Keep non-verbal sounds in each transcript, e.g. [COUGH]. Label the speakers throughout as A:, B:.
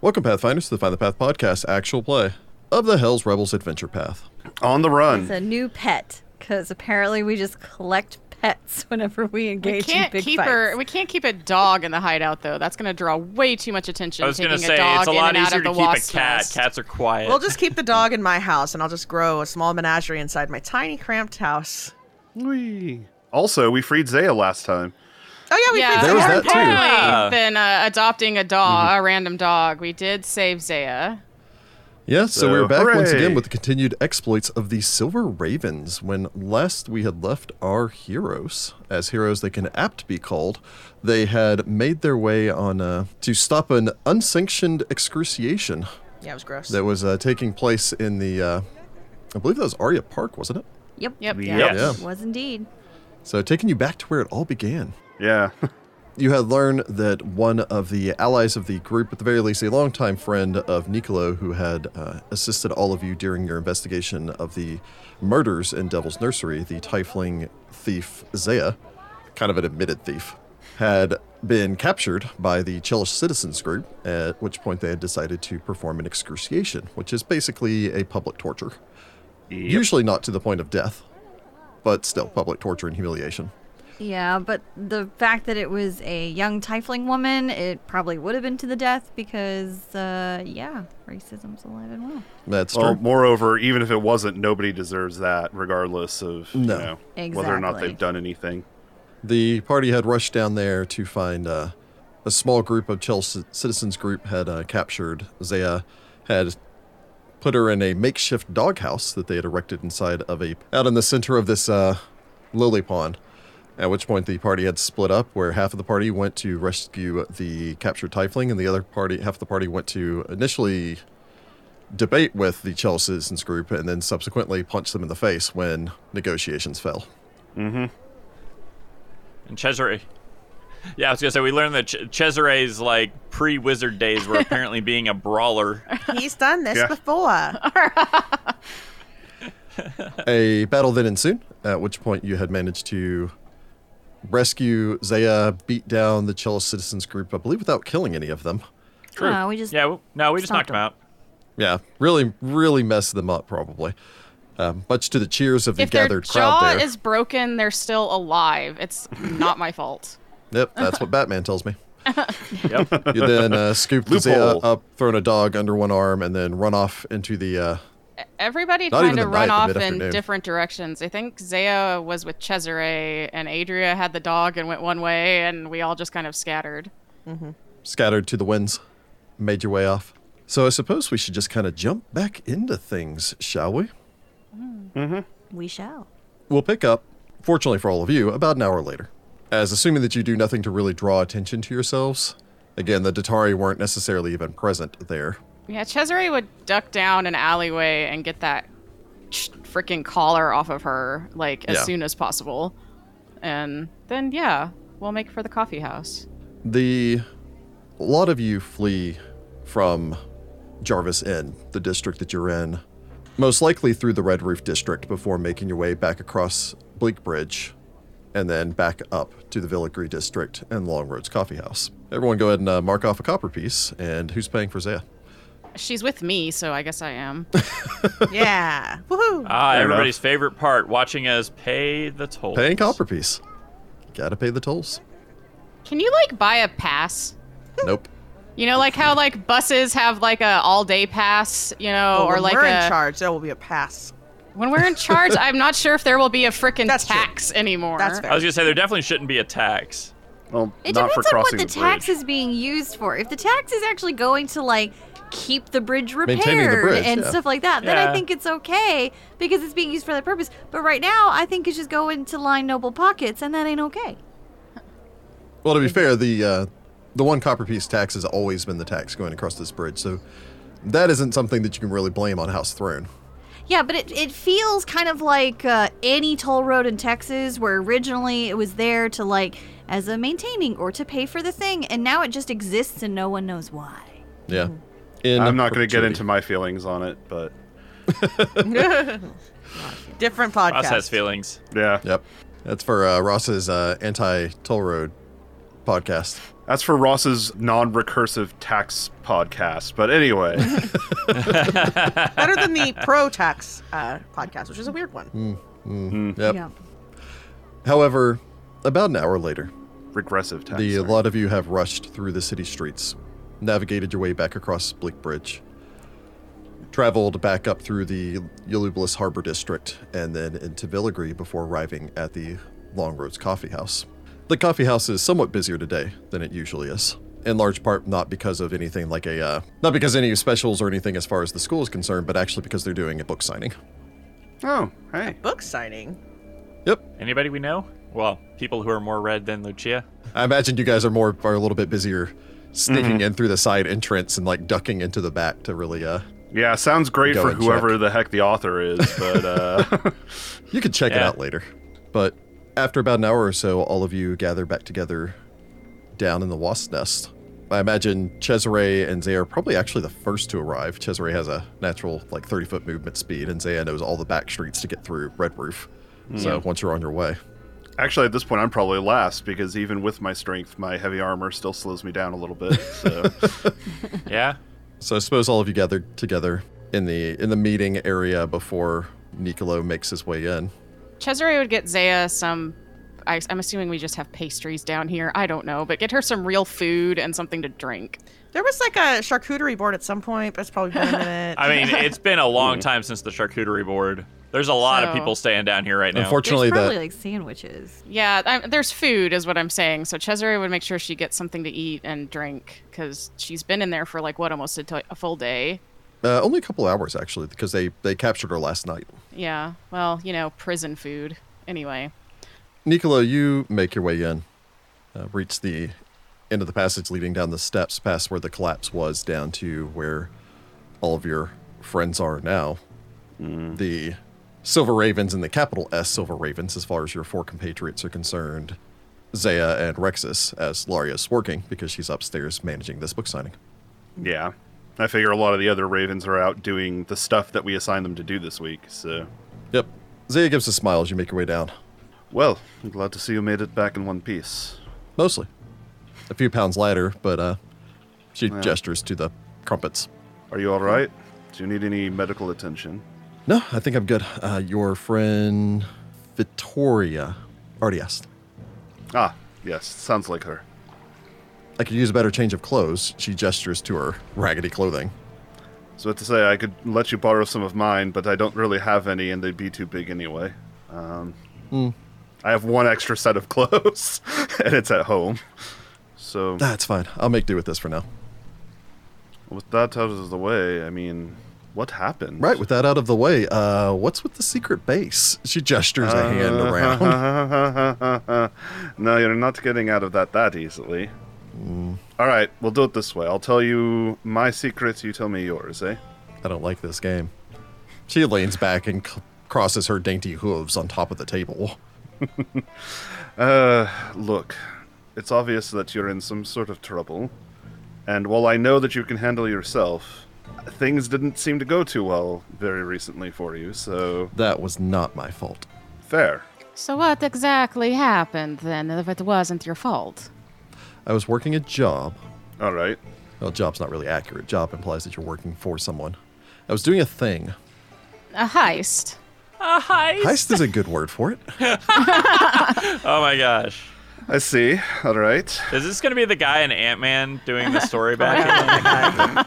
A: Welcome, Pathfinders, to the Find the Path podcast actual play of the Hell's Rebels Adventure Path.
B: On the
C: It's
B: run.
C: a new pet because apparently we just collect pets [LAUGHS] whenever we
D: We
C: engage in
D: can't
C: big
D: keep
C: fights.
D: her. We can't keep a dog in the hideout though. That's going to draw way too much attention.
E: I was
D: going to
E: say
D: dog
E: it's a
D: in
E: lot
D: and out
E: easier
D: of
E: to
D: the
E: keep a
D: wasp's
E: cat.
D: nest.
E: Cats are quiet.
F: We'll just keep the dog in my house, and I'll just grow a small menagerie inside my tiny cramped house.
B: Whee. Also, we freed Zaya last time.
F: Oh yeah, we
D: Yeah,
F: freed
A: There was
F: Zaya.
A: that too.
D: apparently
E: Yeah. Mm-hmm.
D: than uh, adopting a dog, a random dog. We did save Zaya.
A: Yeah, so, we're
B: So,
A: back once again
B: hooray.
A: with the continued exploits of the Silver Ravens. When last we had left our heroes, as heroes they can apt be called, they had made their way on uh, to stop an unsanctioned excruciation
F: Yeah, it was gross.
A: that was uh, taking place in the, uh, I believe that was Aria Park, wasn't it?
C: Yep.
D: Yep.
B: Yeah.
D: Yeah.
A: Yeah.
C: Was indeed.
A: So taking you back to where it all began.
B: Yeah. [LAUGHS]
A: You had learned that one of the allies of the group, at the very least, a longtime friend of Niccolo, who had uh, assisted all of you during your investigation of the murders in Devil's Nursery, the Tifling thief Zaya, kind of an admitted thief, had been captured by the Chelish Citizens Group, at which point they had decided to perform an excruciation, which is basically a public torture. Usually not to the point of death, but still public torture and humiliation.
C: Yeah, but the fact that it was a young Tifling woman, it probably would have been to the death because, uh, yeah, racism's alive and well.
A: That's
B: well,
A: true.
B: moreover, even if it wasn't, nobody deserves that, regardless of you
A: No.
B: know, whether or not
C: Exactly.
B: they've done anything.
A: The party had rushed down there to find uh, a small group of Chell ci- citizens group had uh, captured Zaya, had put her in a makeshift doghouse that they had erected inside of a out in the center of this uh, lily pond. At which point the party had split up, where half of the party went to rescue the captured Tifling, and the other party, half of the party, went to initially debate with the Chell citizens group, and then subsequently punch them in the face when negotiations fell.
E: and Cesare. Yeah, I was gonna say we learned that Ch- Cesare's like pre-wizard days were apparently being
D: [LAUGHS]
E: a brawler.
F: He's done this
B: Yeah.
F: before.
A: A battle then ensued, at which point you had managed to rescue Zaya, beat down the Chella citizens group, I believe, without killing any of them.
E: True.
C: No, Uh, we just-
E: yeah. w- No, we just knocked
C: stopped
E: him out.
A: Yeah, really, really messed them up, probably. Um, much to the cheers of the
D: If their
A: gathered crowd
D: jaw
A: there.
D: is broken, they're still alive. It's not my fault.
A: Yep, that's
D: [LAUGHS]
A: what Batman tells me.
E: Yep.
C: [LAUGHS]
A: You then uh, scooped Zaya
B: Loophole.
A: up, thrown a dog under one arm, and then run off into the. Uh,
D: Everybody
A: Not
D: tried
A: even
D: to
A: the night,
D: run
A: the
D: off in
A: mid-afternoon.
D: different directions. I think Zaya was with Cesare, and Adria had the dog and went one way, and we all just kind of scattered.
A: scattered to the winds, made your way off. So I suppose we should just kind of jump back into things, shall we?
C: We shall.
A: We'll pick up, fortunately for all of you, about an hour later. As assuming that you do nothing to really draw attention to yourselves. Again, the Datari weren't necessarily even present there.
D: Yeah, Cesare would duck down an alleyway and get that freaking collar off of her, like, as
A: Yeah.
D: soon as possible. And then, yeah, we'll make for the coffee house.
A: The a lot of you flee from Jarvis Inn, the district that you're in, most likely through the Red Roof district before making your way back across Bleak Bridge and then back up to the Villigry district and Long Roads Coffee House. Everyone go ahead and uh, mark off a copper piece and who's paying for Zaya?
D: She's with me, so I guess I am.
F: yeah. Woohoo.
E: Ah,
B: enough.
E: everybody's favorite part: watching us pay the toll.
A: Paying copper piece. Gotta pay the tolls.
D: Can you, like, buy a pass?
A: Nope.
D: You know, like how like buses have like a all day pass, you know,
F: Well,
D: or
F: when
D: like
F: we're
D: a
F: in charge, there will be a pass.
D: when we're in
F: [LAUGHS]
D: charge. I'm not sure if there will be a frickin'
F: That's true.
D: tax anymore.
F: That's fair.
E: I was gonna say there definitely shouldn't be a tax.
B: Well,
C: It
B: not
C: depends
B: for
C: on what
B: crossing
C: the,
B: bridge.
C: tax is being used for. If the tax is actually going to like keep the bridge repaired
A: Maintaining the bridge,
C: and
A: yeah.
C: stuff like that, then
E: Yeah.
C: I think it's okay because it's being used for that purpose. But right now, I think it's just going to line noble pockets, and that ain't okay.
A: Well, to be fair, the uh, the one copper piece tax has always been the tax going across this bridge, so that isn't something that you can really blame on House Throne.
C: Yeah, but it, it feels kind of like uh, any toll road in Texas, where originally it was there to like as a maintaining or to pay for the thing, and now it just exists and no one knows why.
A: Yeah. In
B: I'm not going to get
A: perpetuity.
B: into my feelings on it, but
F: Different podcast.
E: Us has feelings.
B: yeah.
A: Yep. That's for uh, Ross's uh, anti toll road podcast.
B: That's for Ross's non recursive tax podcast.
C: [LAUGHS]
B: But anyway,
F: [LAUGHS] Better than the pro tax uh, podcast, which is a weird one.
A: Yep.
C: Yeah.
A: However, about an hour later,
B: regressive tax.
A: the
B: sorry.
A: lot of you have rushed through the city streets, navigated your way back across Bleak Bridge, traveled back up through the Ulubilis Harbor District, and then into Villigry before arriving at the Long Roads Coffee House. The coffee house is somewhat busier today than it usually is, in large part not because of anything like a, uh, not because any specials or anything as far as the school is concerned, but actually because they're doing a book signing.
B: oh, hey.
F: Book signing.
A: Yep,
E: Anybody we know? Well, people who are more red
D: [LAUGHS]
E: than Lucia.
A: I imagine you guys are more are a little bit busier sneaking in through the side entrance and like ducking into the back to really uh
B: Yeah, sounds great
A: Go
B: for
A: and
B: whoever
A: check.
B: the heck the author is, but uh, [LAUGHS]
A: you can check it
E: Yeah.
A: out later. But after about an hour or so, all of you gather back together down in the wasp nest. I imagine Cesare and Zay are probably actually the first to arrive. Cesare has a natural like 30 foot movement speed, and Zaya knows all the back streets to get through Red Roof. So once you're on your way,
B: actually, at this point, I'm probably last because even with my strength, my heavy armor still slows me down a little bit. So.
E: Yeah.
A: So I suppose all of you gathered together in the in the meeting area before Nicolo makes his way in.
D: Cesare would get Zaya some. I, I'm assuming we just have pastries down here. I don't know, but get her some real food and something to drink.
F: There was like a charcuterie board at some point, but it's probably been a minute. [LAUGHS]
E: I mean, it's been
A: [LAUGHS]
E: a long time since the charcuterie board. There's a lot
D: So-
E: of people staying down here right now.
A: Unfortunately,
C: There's probably
A: that
C: like sandwiches.
D: Yeah, I, there's food, is what I'm saying. So Cesare would make sure she gets something to eat and drink because she's been in there for like what almost a, to- a full day.
A: uh, only a couple hours actually, because they they captured her last night.
D: Yeah, well, you know, prison food. Anyway,
A: Nicolo, you make your way in, uh, reach the end of the passage leading down the steps past where the collapse was, down to where all of your friends are now. The Silver Ravens and the capital S Silver Ravens, as far as your four compatriots are concerned, Zaya and Rexus, as Laria's working because she's upstairs managing this book signing.
B: Yeah. I figure a lot of the other ravens are out doing the stuff that we assigned them to do this week, so.
A: Yep. Zaya gives a smile as you make your way down.
B: Well, I'm glad to see you made it back in one piece.
A: Mostly. A few pounds lighter, but uh, she
B: Yeah.
A: gestures to the crumpets.
B: Are you alright? Do you need any medical attention?
A: No, I think I'm good. Uh, your friend Vittoria already asked.
B: Ah, yes, sounds like her.
A: I could use a better change of clothes. She gestures to her raggedy clothing.
B: So to say, I could let you borrow some of mine, but I don't really have any, and they'd be too big anyway. Um, I have one extra set of [LAUGHS] clothes, and it's at home. So
A: That's fine. I'll make do with this for now.
B: with that out of the way, I mean, what happened?
A: Right, with that out of the way, uh, what's with the secret base? She gestures a hand
B: [LAUGHS]
A: around.
B: [LAUGHS] no, you're not getting out of that that easily. All right, we'll do it this way. I'll tell you my secret, you tell me yours, eh?
A: I don't like this game. She leans back and c- crosses her dainty hooves on top of the table.
B: Uh, Look, it's obvious that you're in some sort of trouble, and while I know that you can handle yourself, things didn't seem to go too well very recently for you, so
A: That was not my fault.
B: fair.
D: so what exactly happened then if it wasn't your fault?
A: I was working a job
B: All right.
A: Well, job's not really accurate. Job implies that you're working for someone. I was doing a thing.
D: A heist.
A: Heist is a good word for it.
E: Oh my gosh.
B: I see. All right.
E: Is this going to be the guy in Ant Man doing the story back?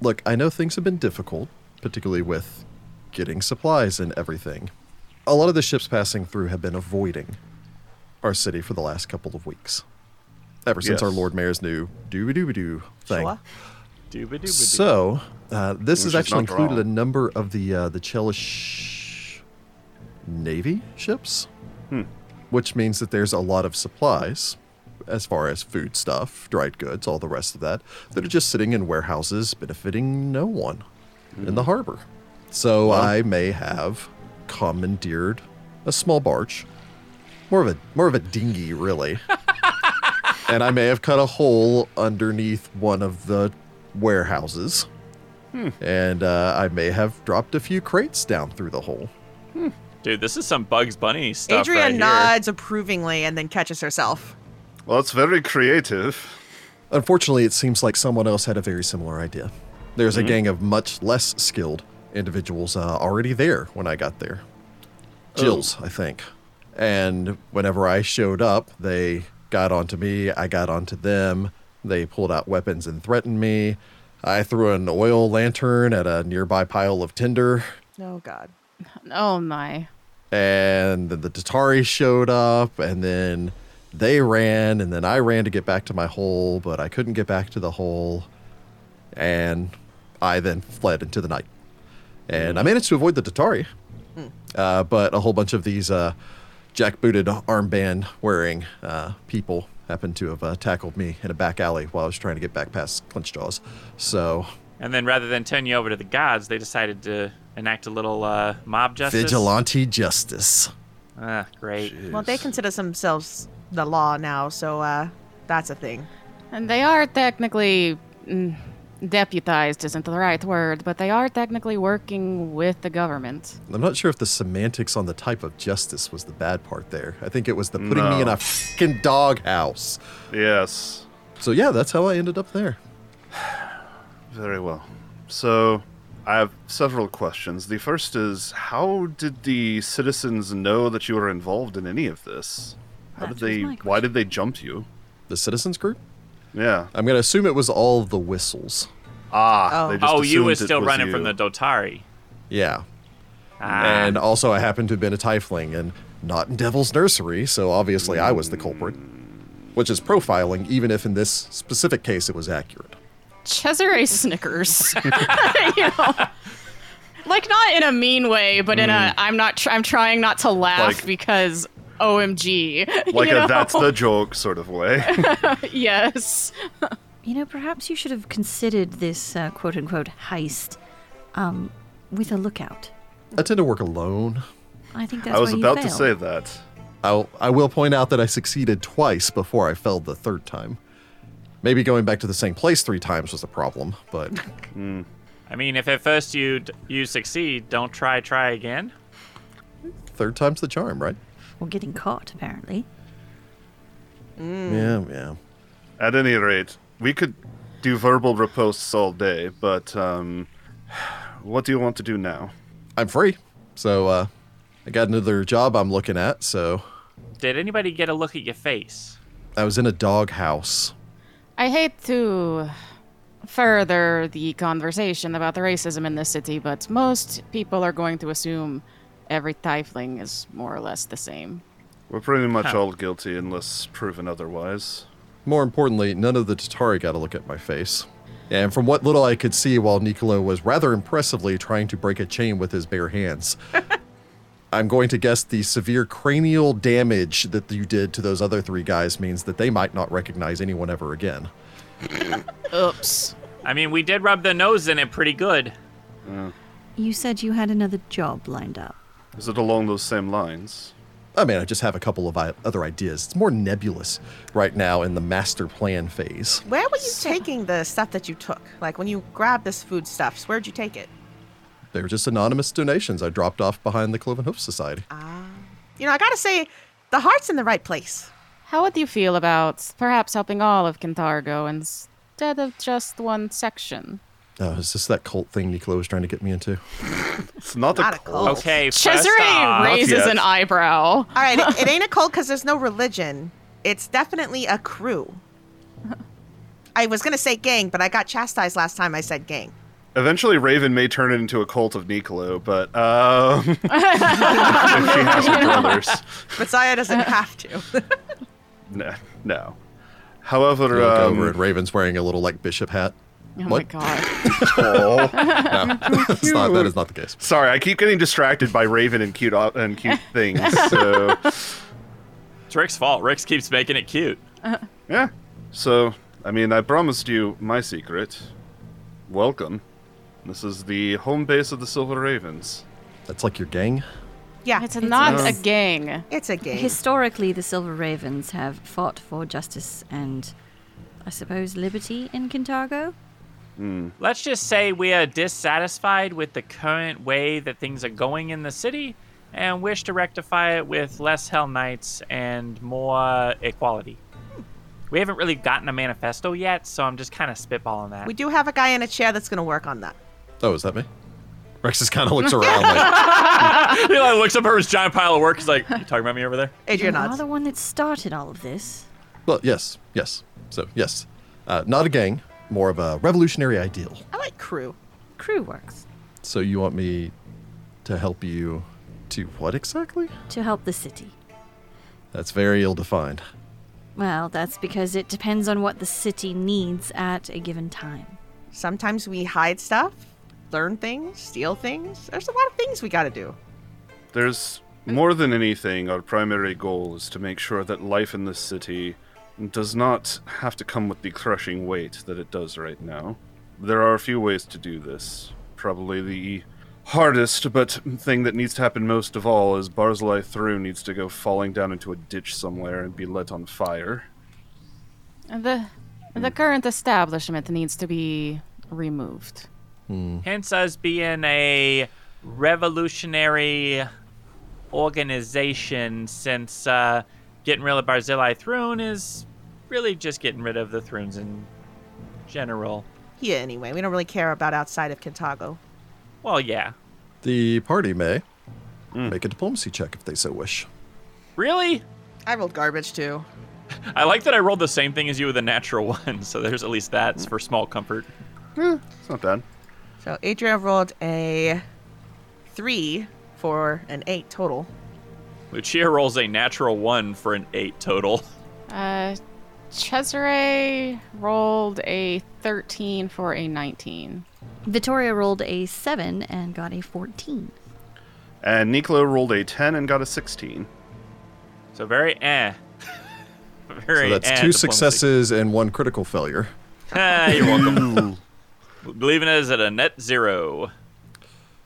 A: Look, I know things have been difficult, particularly with getting supplies and everything. A lot of the ships passing through have been avoiding our city for the last couple of weeks. Ever since
B: Yes.
A: our Lord Mayor's new dooby dooby doo thing.
F: Sure.
E: Dooba dooba doo.
A: So, uh, this
B: Which
A: has
B: is
A: actually
B: not wrong.
A: included a number of the uh, the Chelish Navy ships, which means that there's a lot of supplies, as far as food stuff, dried goods, all the rest of that, that are just sitting in warehouses, benefiting no one in the harbor. So I may have commandeered a small barge, more of a more of a dinghy, really and I may have cut a hole underneath one of the warehouses. And uh, I may have dropped a few crates down through the hole.
E: Dude, this is some Bugs Bunny stuff
F: Adria
E: right here.
F: nods approvingly and then catches herself.
B: Well, it's very creative.
A: Unfortunately, it seems like someone else had a very similar idea. There's a gang of much less skilled individuals uh, already there when I got there. Jill's, I think. And whenever I showed up, they got onto me. I got onto them. They pulled out weapons and threatened me. I threw an oil lantern at a nearby pile of tinder.
F: Oh God.
D: Oh my.
A: And then the Tatari showed up. And then they ran. And then I ran to get back to my hole, but I couldn't get back to the hole. And I then fled into the night. And I managed to avoid the Tatari uh, but a whole bunch of these uh, jackbooted armband wearing uh, people happened to have uh, tackled me in a back alley while I was trying to get back past clenched jaws. So
E: And then rather than turn you over to the gods, they decided to enact a little uh, mob justice.
A: vigilante justice.
E: Ah, great.
F: Well, they consider themselves the law now, so uh, that's a thing.
D: And they are technically mm, deputized isn't the right word, but they are technically working with the government.
A: I'm not sure if the semantics on the type of justice was the bad part there. I think it was the putting me in
B: No.
A: a fucking doghouse.
B: Yes.
A: So yeah, that's how I ended up there.
B: Very well. So, I have several questions. The first is how did the citizens know that you were involved in any of this? How
C: That
B: did
C: was
B: they
C: my
B: why did they jump you?
A: The citizens group.
B: Yeah.
A: I'm gonna assume it was all the whistles.
B: Ah,
F: Oh.
B: they just
E: Oh, you
B: assumed
E: were
B: it
E: still
B: was
E: running from
C: [LAUGHS]
B: you.
E: the Dotari.
A: Yeah,
E: Ah,
A: and also I happened to have been a tiefling and not in Devil's Nursery, so obviously I was the culprit, which is profiling, even if in this specific case it was accurate.
D: Cesare Snickers. [LAUGHS] you know. Like not in a mean way, but in a I'm not tr- I'm trying not to laugh
B: Mm. Like-
D: because [LAUGHS] OMG.
B: like
D: you
B: a
D: know?
B: that's the joke sort
C: [LAUGHS]
B: of way.
D: yes.
C: You know, perhaps you should have considered this uh, quote unquote heist um, with a lookout.
A: I tend to work alone.
C: I think that's
B: I was
C: where you
B: about to
C: failed.
B: say that.
A: I'll, I will point out that I succeeded twice before I failed the third time. Maybe going back to the same place three times was a problem, [LAUGHS] but
E: I mean, if at first you d- you succeed, don't try try again.
A: third time's the charm, right?
C: Or getting caught, apparently.
A: Mm. Yeah, yeah.
B: At any rate, we could do verbal riposts all day, but um, what do you want to do now?
A: I'm free, so uh, I got another job I'm looking at. So
E: Did anybody get a look at your face?
A: I was in a doghouse.
D: I hate to further the conversation about the racism in this city, but most people are going to assume every tiefling is more or less the same.
B: We're pretty much all guilty unless proven otherwise.
A: More importantly, none of the Tatari got a look at my face. And from what little I could see while Niccolo was rather impressively trying to break a chain with his bare hands, I'm going to guess the severe cranial damage that you did to those other three guys means that they might not recognize anyone ever again.
D: Oops.
E: I mean, we did rub their nose in it pretty good.
C: You said you had another job lined up.
B: Is it along those same lines?
A: I mean, I just have a couple of i- other ideas. It's more nebulous right now in the master plan phase.
F: Where were you taking the stuff that you took? Like when you grabbed this foodstuffs, where'd you take it?
A: They were just anonymous donations I dropped off behind the Cloven Hoof Society.
F: You know, I gotta say, the heart's in the right place.
D: How would you feel about perhaps helping all of Cantargo instead of just one section?
A: Oh, is this that cult thing Niccolo was trying to get me into?
B: It's not,
F: Not
B: a
F: a
B: cult.
F: cult.
E: Okay, first
D: Cesare
E: off-
D: raises
B: yet.
D: an eyebrow. Oh
F: All right, it, it ain't a cult because there's no religion. It's definitely a crew. I was gonna say gang, but I got chastised last time I said gang.
B: Eventually, Raven may turn it into a cult of Nicolo, but
F: [LAUGHS]
B: um, [LAUGHS] if she has her brothers,
D: [LAUGHS]
F: Messiah doesn't have to. [LAUGHS]
B: no, no. However,
A: Look
B: um,
A: over at Raven's wearing a little like bishop hat.
D: Oh my
A: What?
D: god.
A: [LAUGHS] That's not, that is not the case.
B: sorry, I keep getting distracted by Raven and cute op- and
F: [LAUGHS]
B: cute things. So
E: It's Rick's fault. Rick's keeps making it cute.
B: yeah, so I mean, I promised you my secret. Welcome. This is the home base of the Silver Ravens.
A: That's like your gang.
F: Yeah,
D: It's not a
C: nice.
D: gang.
F: it's a gang.
C: Historically, the Silver Ravens have fought for justice and, I suppose, liberty in Kintargo.
E: Let's just say we are dissatisfied with the current way that things are going in the city and wish to rectify it with less Hell Knights and more equality.
G: We haven't really gotten a manifesto yet, so I'm just kind of spitballing that.
F: We do have a guy in a chair that's going to work on that.
A: Oh, is that me? Rex just kind of looks around like,
E: [LAUGHS] he like, looks up at his giant pile of work. He's like, "You talking about me over there?"
F: Adrian
C: You're
F: nods.
C: the one that started all of this.
A: well, yes, yes. So, yes. Uh, not a gang, more of a revolutionary ideal.
F: I like crew.
C: Crew works
A: So, you want me to help you to what exactly?
C: to help the city.
A: That's very ill defined.
C: Well, that's because it depends on what the city needs at a given time.
F: Sometimes we hide stuff, learn things, steal things. There's a lot of things we got to do.
B: There's more than anything, our primary goal is to make sure that life in this city does not have to come with the crushing weight that it does right now. There are a few ways to do this. Probably the hardest, but thing that needs to happen most of all is Barzilai Thru needs to go falling down into a ditch somewhere and be lit on fire.
D: The the current establishment needs to be removed.
G: Hence us being a revolutionary organization since uh, getting rid of Barzillai Throne is really just getting rid of the Thrones in general.
F: Here, anyway, we don't really care about outside of Kintago.
G: Well, yeah.
A: The party may make a diplomacy check if they so wish.
G: Really?
F: I rolled garbage too.
E: I like that I rolled the same thing as you with
G: [LAUGHS]
E: a natural one, so there's at least that's for small comfort.
B: It's not bad.
F: So Adrian rolled a three for an eight total.
E: Lucia rolls a natural one for an eight total.
D: Uh, Cesare rolled a 13 for a 19.
C: Vittoria rolled a 7 and got a 14.
B: And Nicolo rolled a 10 and got a 16.
G: So very eh. [LAUGHS]
A: So
G: Very eh
A: that's two
G: diplomacy.
A: successes and one critical failure.
G: [LAUGHS] Ah, you're welcome. [LAUGHS] Leaving us at a net zero.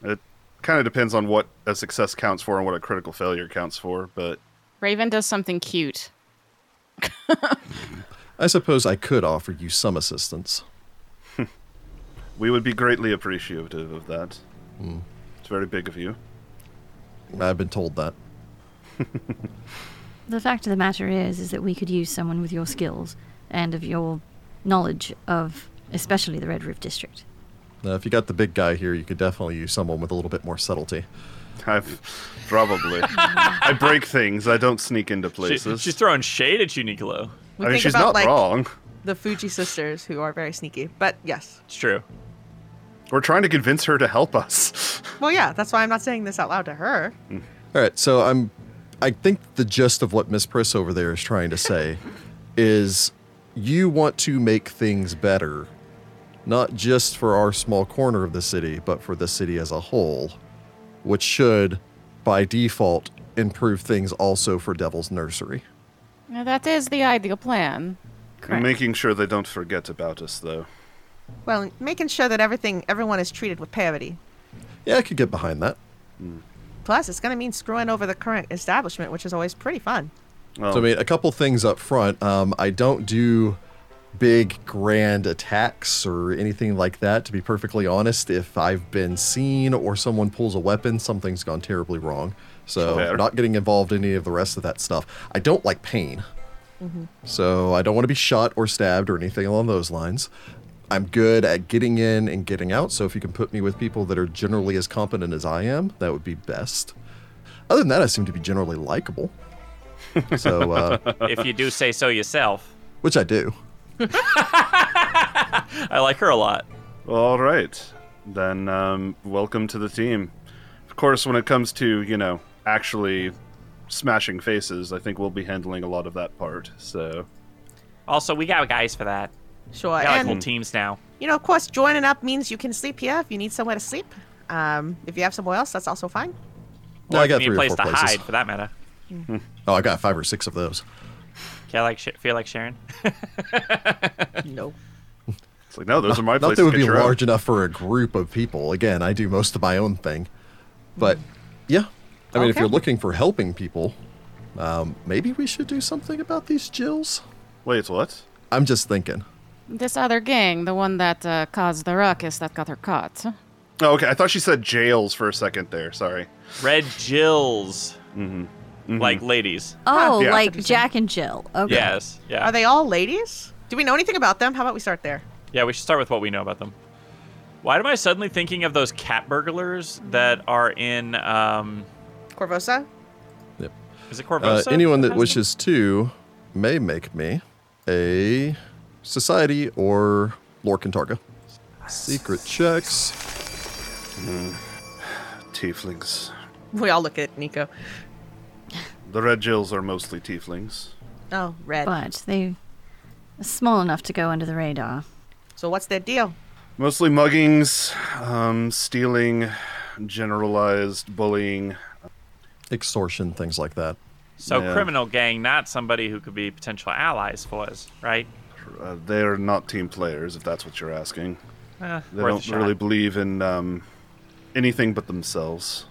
B: It kind of depends on what a success counts for and what a critical failure counts for, but
D: Raven does something cute.
A: I suppose I could offer you some assistance.
B: We would be greatly appreciative of that.
A: Hmm.
B: It's very big of you.
A: I've been told that.
C: The fact of the matter is is that we could use someone with your skills and of your knowledge of especially the Red Roof district.
A: Now, Uh, if you got the big guy here, you could definitely use someone with a little bit more subtlety.
B: I've probably. I break things. I don't sneak into
E: She-
B: places.
E: she's throwing shade at you, Nicolo.
F: We
B: I mean,
F: think
B: she's
F: about,
B: not
F: like,
B: wrong.
F: The Fuji sisters, who are very sneaky, but yes.
E: It's true.
B: We're trying to convince her to help us.
F: Well, yeah, that's why I'm not saying this out loud to her.
A: All right, so I'm. I think the gist of what Miss Priss over there is trying to say is you want to make things better, not just for our small corner of the city, but for the city as a whole, which should, by default, improve things also for Devil's Nursery.
D: Now, that is the ideal plan.
B: [LAUGHS] Making sure they don't forget about us, though.
F: Well, making sure that everything, everyone is treated with parity.
A: Yeah, I could get behind that.
F: Plus, it's going to mean screwing over the current establishment, which is always pretty fun.
B: Well,
A: So, I mean, a couple things up front. Um, I don't do big, grand attacks or anything like that, to be perfectly honest. If I've been seen or someone pulls a weapon, something's gone terribly wrong. So,
B: Fair.
A: not getting involved in any of the rest of that stuff. I don't like pain. So, I don't want to be shot or stabbed or anything along those lines. I'm good at getting in and getting out. So, if you can put me with people that are generally as competent as I am, that would be best. Other than that, I seem to be generally likable. So, uh,
G: if you do say so yourself.
A: which I do.
E: I like her a lot.
B: Well, all right. Then, um, welcome to the team. Of course, when it comes to, you know, actually smashing faces, I think we'll be handling a lot of that part. So,
G: Also, we got guys for that.
F: Sure.
G: We got like
F: and,
G: whole teams now.
F: you know, of course, joining up means you can sleep here if you need somewhere to sleep. Um, if you have somewhere else, that's also fine.
A: No, I got
G: need a
A: three or
G: place
A: four
G: to
A: places.
G: hide, for that matter.
A: Oh, I got five or six of those.
G: Okay, I like sh- feel like sharing.
F: no.
B: it's like, no, those are my
A: Not
B: places.
A: that it would
B: Get
A: be
B: your own.
A: large enough for a group of people. Again, I do most of my own thing, but yeah. I mean, if
F: Okay.
A: you're looking for helping people, um, maybe we should do something about these jills.
B: Wait, what?
A: I'm just thinking.
D: This other gang, the one that uh, caused the ruckus that got her caught.
B: Oh, okay. I thought she said jails for a second there. Sorry.
G: Red Jills.
F: Mm-hmm.
E: like ladies.
C: Oh,
B: Yeah.
C: like Jack and Jill. Okay.
E: Yes. Yeah.
F: Are they all ladies? Do we know anything about them? How about we start there?
E: yeah. We should start with what we know about them. Why am I suddenly thinking of those cat burglars that are in? Um,
F: Corvosa?
A: Yep.
E: is it
A: Uh,
E: Corvosa?
A: anyone that
E: has them?
A: wishes to may make me a society or lore cantarga. Secret checks.
B: Tieflings.
F: We all look at Nico.
B: The Red Jills are mostly tieflings.
F: Oh, red.
C: But they are small enough to go under the radar.
F: So what's their deal?
B: Mostly muggings, um, stealing, generalized bullying.
A: extortion, things like that.
E: So
B: Yeah.
E: criminal gang, not somebody who could be potential allies for us, right?
B: Uh, they're not team players, if that's what you're asking.
E: Eh,
B: They
E: worth a
B: don't
E: shot.
B: really believe in um, anything but themselves.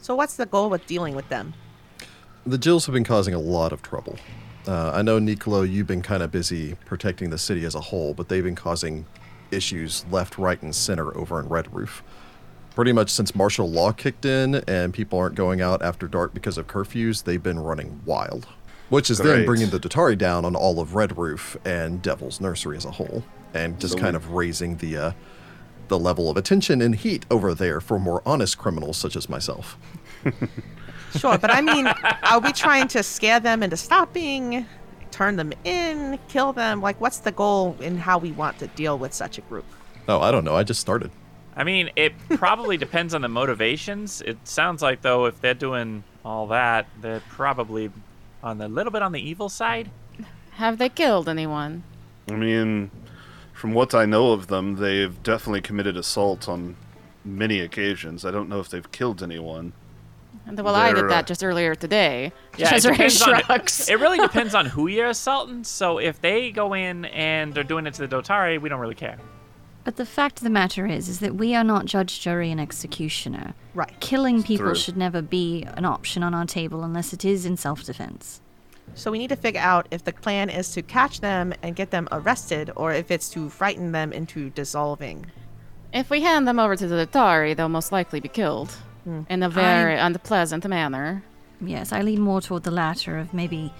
F: So what's the goal with dealing with them?
A: The Jills have been causing a lot of trouble. Uh, I know, Nicolo, you've been kind of busy protecting the city as a whole, but they've been causing issues left, right, and center over in Red Roof. Pretty much since martial law kicked in and people aren't going out after dark because of curfews, they've been running wild, which is then
B: Great.
A: bringing the Datari down on all of Red Roof and Devil's Nursery as a whole, and just
B: So
A: kind
B: we-
A: of raising the uh, the level of attention and heat over there for more honest criminals such as myself.
F: Sure, but I mean, are we trying to scare them into stopping, turn them in, kill them? Like, what's the goal in how we want to deal with such a group?
A: Oh, I don't know. I just started.
E: I mean, it probably depends on the motivations. It sounds like though, if they're doing all that, they're probably on the little bit on the evil side.
D: Have they killed anyone?
B: I mean, from what I know of them, they've definitely committed assault on many occasions. I don't know if they've killed anyone.
D: And well, I
B: They're,
D: did
B: uh,
D: that just earlier today.
E: Yeah, it
D: Cesare [LAUGHS]
E: depends on-
D: shrugs.
E: it
F: [LAUGHS]
E: really depends on who you're assaulting. So if they go in and they're doing it to the Dotari, we don't really care.
C: But the fact of the matter is, is that we are not judge, jury, and executioner.
F: Right.
C: Killing people
B: true.
C: should never be an option on our table unless it is in self-defense.
F: So we need to figure out if the plan is to catch them and get them arrested, or if it's to frighten them into dissolving.
D: If we hand them over to the Datari, they'll most likely be killed in a very unpleasant manner.
C: Yes, I lean more toward the latter of maybe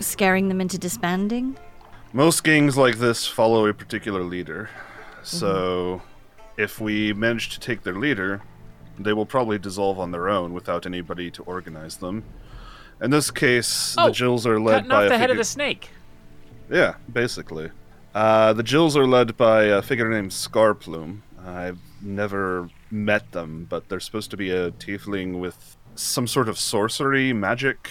C: scaring them into disbanding.
B: Most gangs like this follow a particular leader. So
E: Mm-hmm.
B: if we manage to take their leader, they will probably dissolve on their own without anybody to organize them. In this case,
E: Oh,
B: the Jills are led
E: Cutting
B: by
E: off
B: a
E: the head of
B: figure-
E: the snake.
B: Yeah, basically. Uh, the Jills are led by a figure named Scarplume. I've never met them, but they're supposed to be a tiefling with some sort of sorcery, magic.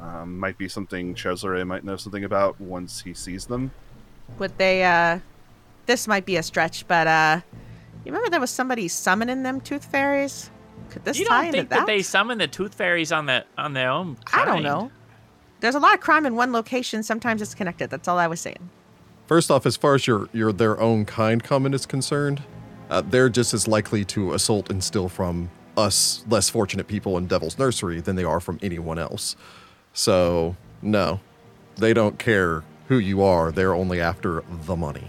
B: Um, might be something Cesare might know something about once he sees them.
F: Would they, uh, this might be a stretch, but, uh, you remember there was somebody summoning them tooth fairies? Could this
E: You
F: tie
E: don't
F: into
E: think
F: that?
E: that they summon the tooth fairies on the on their own?
F: I don't
E: kind?
F: know. There's a lot of crime in one location. Sometimes it's connected. That's all I was saying.
A: First off, as far as your, your their own kind comment is concerned, uh, they're just as likely to assault and steal from us less fortunate people in Devil's Nursery than they are from anyone else. So no, they don't care who you are. They're only after the money.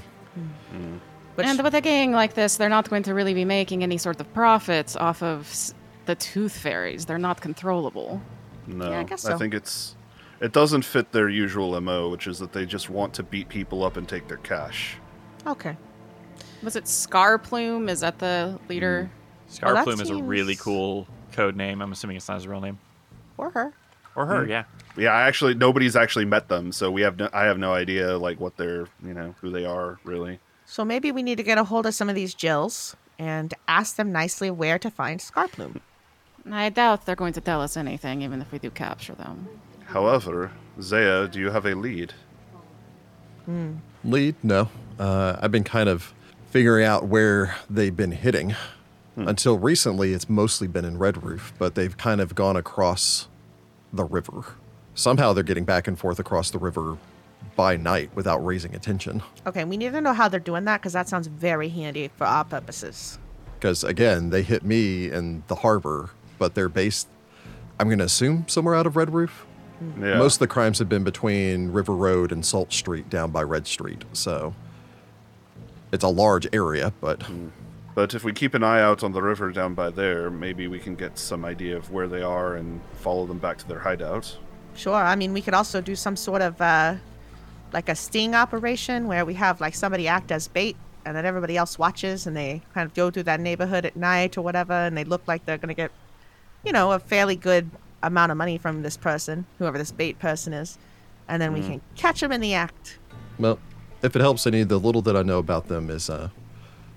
F: Which,
D: And with a gang like this, they're not going to really be making any sort of profits off of s- the tooth fairies. They're not controllable.
B: No,
F: Yeah, I guess so.
B: think it's it doesn't fit their usual mo, which is that they just want to beat people up and take their cash.
F: okay.
D: Was it Scarplume? Is that the leader?
F: Well, that
E: Scarplume is a really
F: seems-
E: cool code name. I'm assuming it's not his real name.
F: Or her.
E: Or
F: Hmm.
E: her, yeah.
B: Yeah, I actually nobody's actually met them, so we have no, I have no idea like what they're you know who they are really.
F: So maybe we need to get a hold of some of these Jills and ask them nicely where to find Scarplume.
E: Hmm.
D: I doubt they're going to tell us anything, even if we do capture them.
B: However, Zaya, do you have a lead?
A: Lead? No. Uh, I've been kind of figuring out where they've been hitting. Until recently, it's mostly been in Red Roof, but they've kind of gone across the river. Somehow they're getting back and forth across the river by night without raising attention.
F: Okay, we need to know how they're doing that because that sounds very handy for our purposes.
A: Because again, they hit me in the harbor, but they're based, I'm going to assume, somewhere out of Red Roof.
B: Yeah.
A: Most of the crimes have been between River Road and Salt Street down by Red Street. So it's a large area, but
B: But if we keep an eye out on the river down by there, maybe we can get some idea of where they are and follow them back to their hideout.
F: Sure. I mean, we could also do some sort of uh, like a sting operation where we have like somebody act as bait and then everybody else watches and they kind of go through that neighborhood at night or whatever and they look like they're going to get, you know, a fairly good amount of money from this person, whoever this bait person is. And then we can catch them in the act.
A: Well, if it helps any, the little that I know about them is, uh,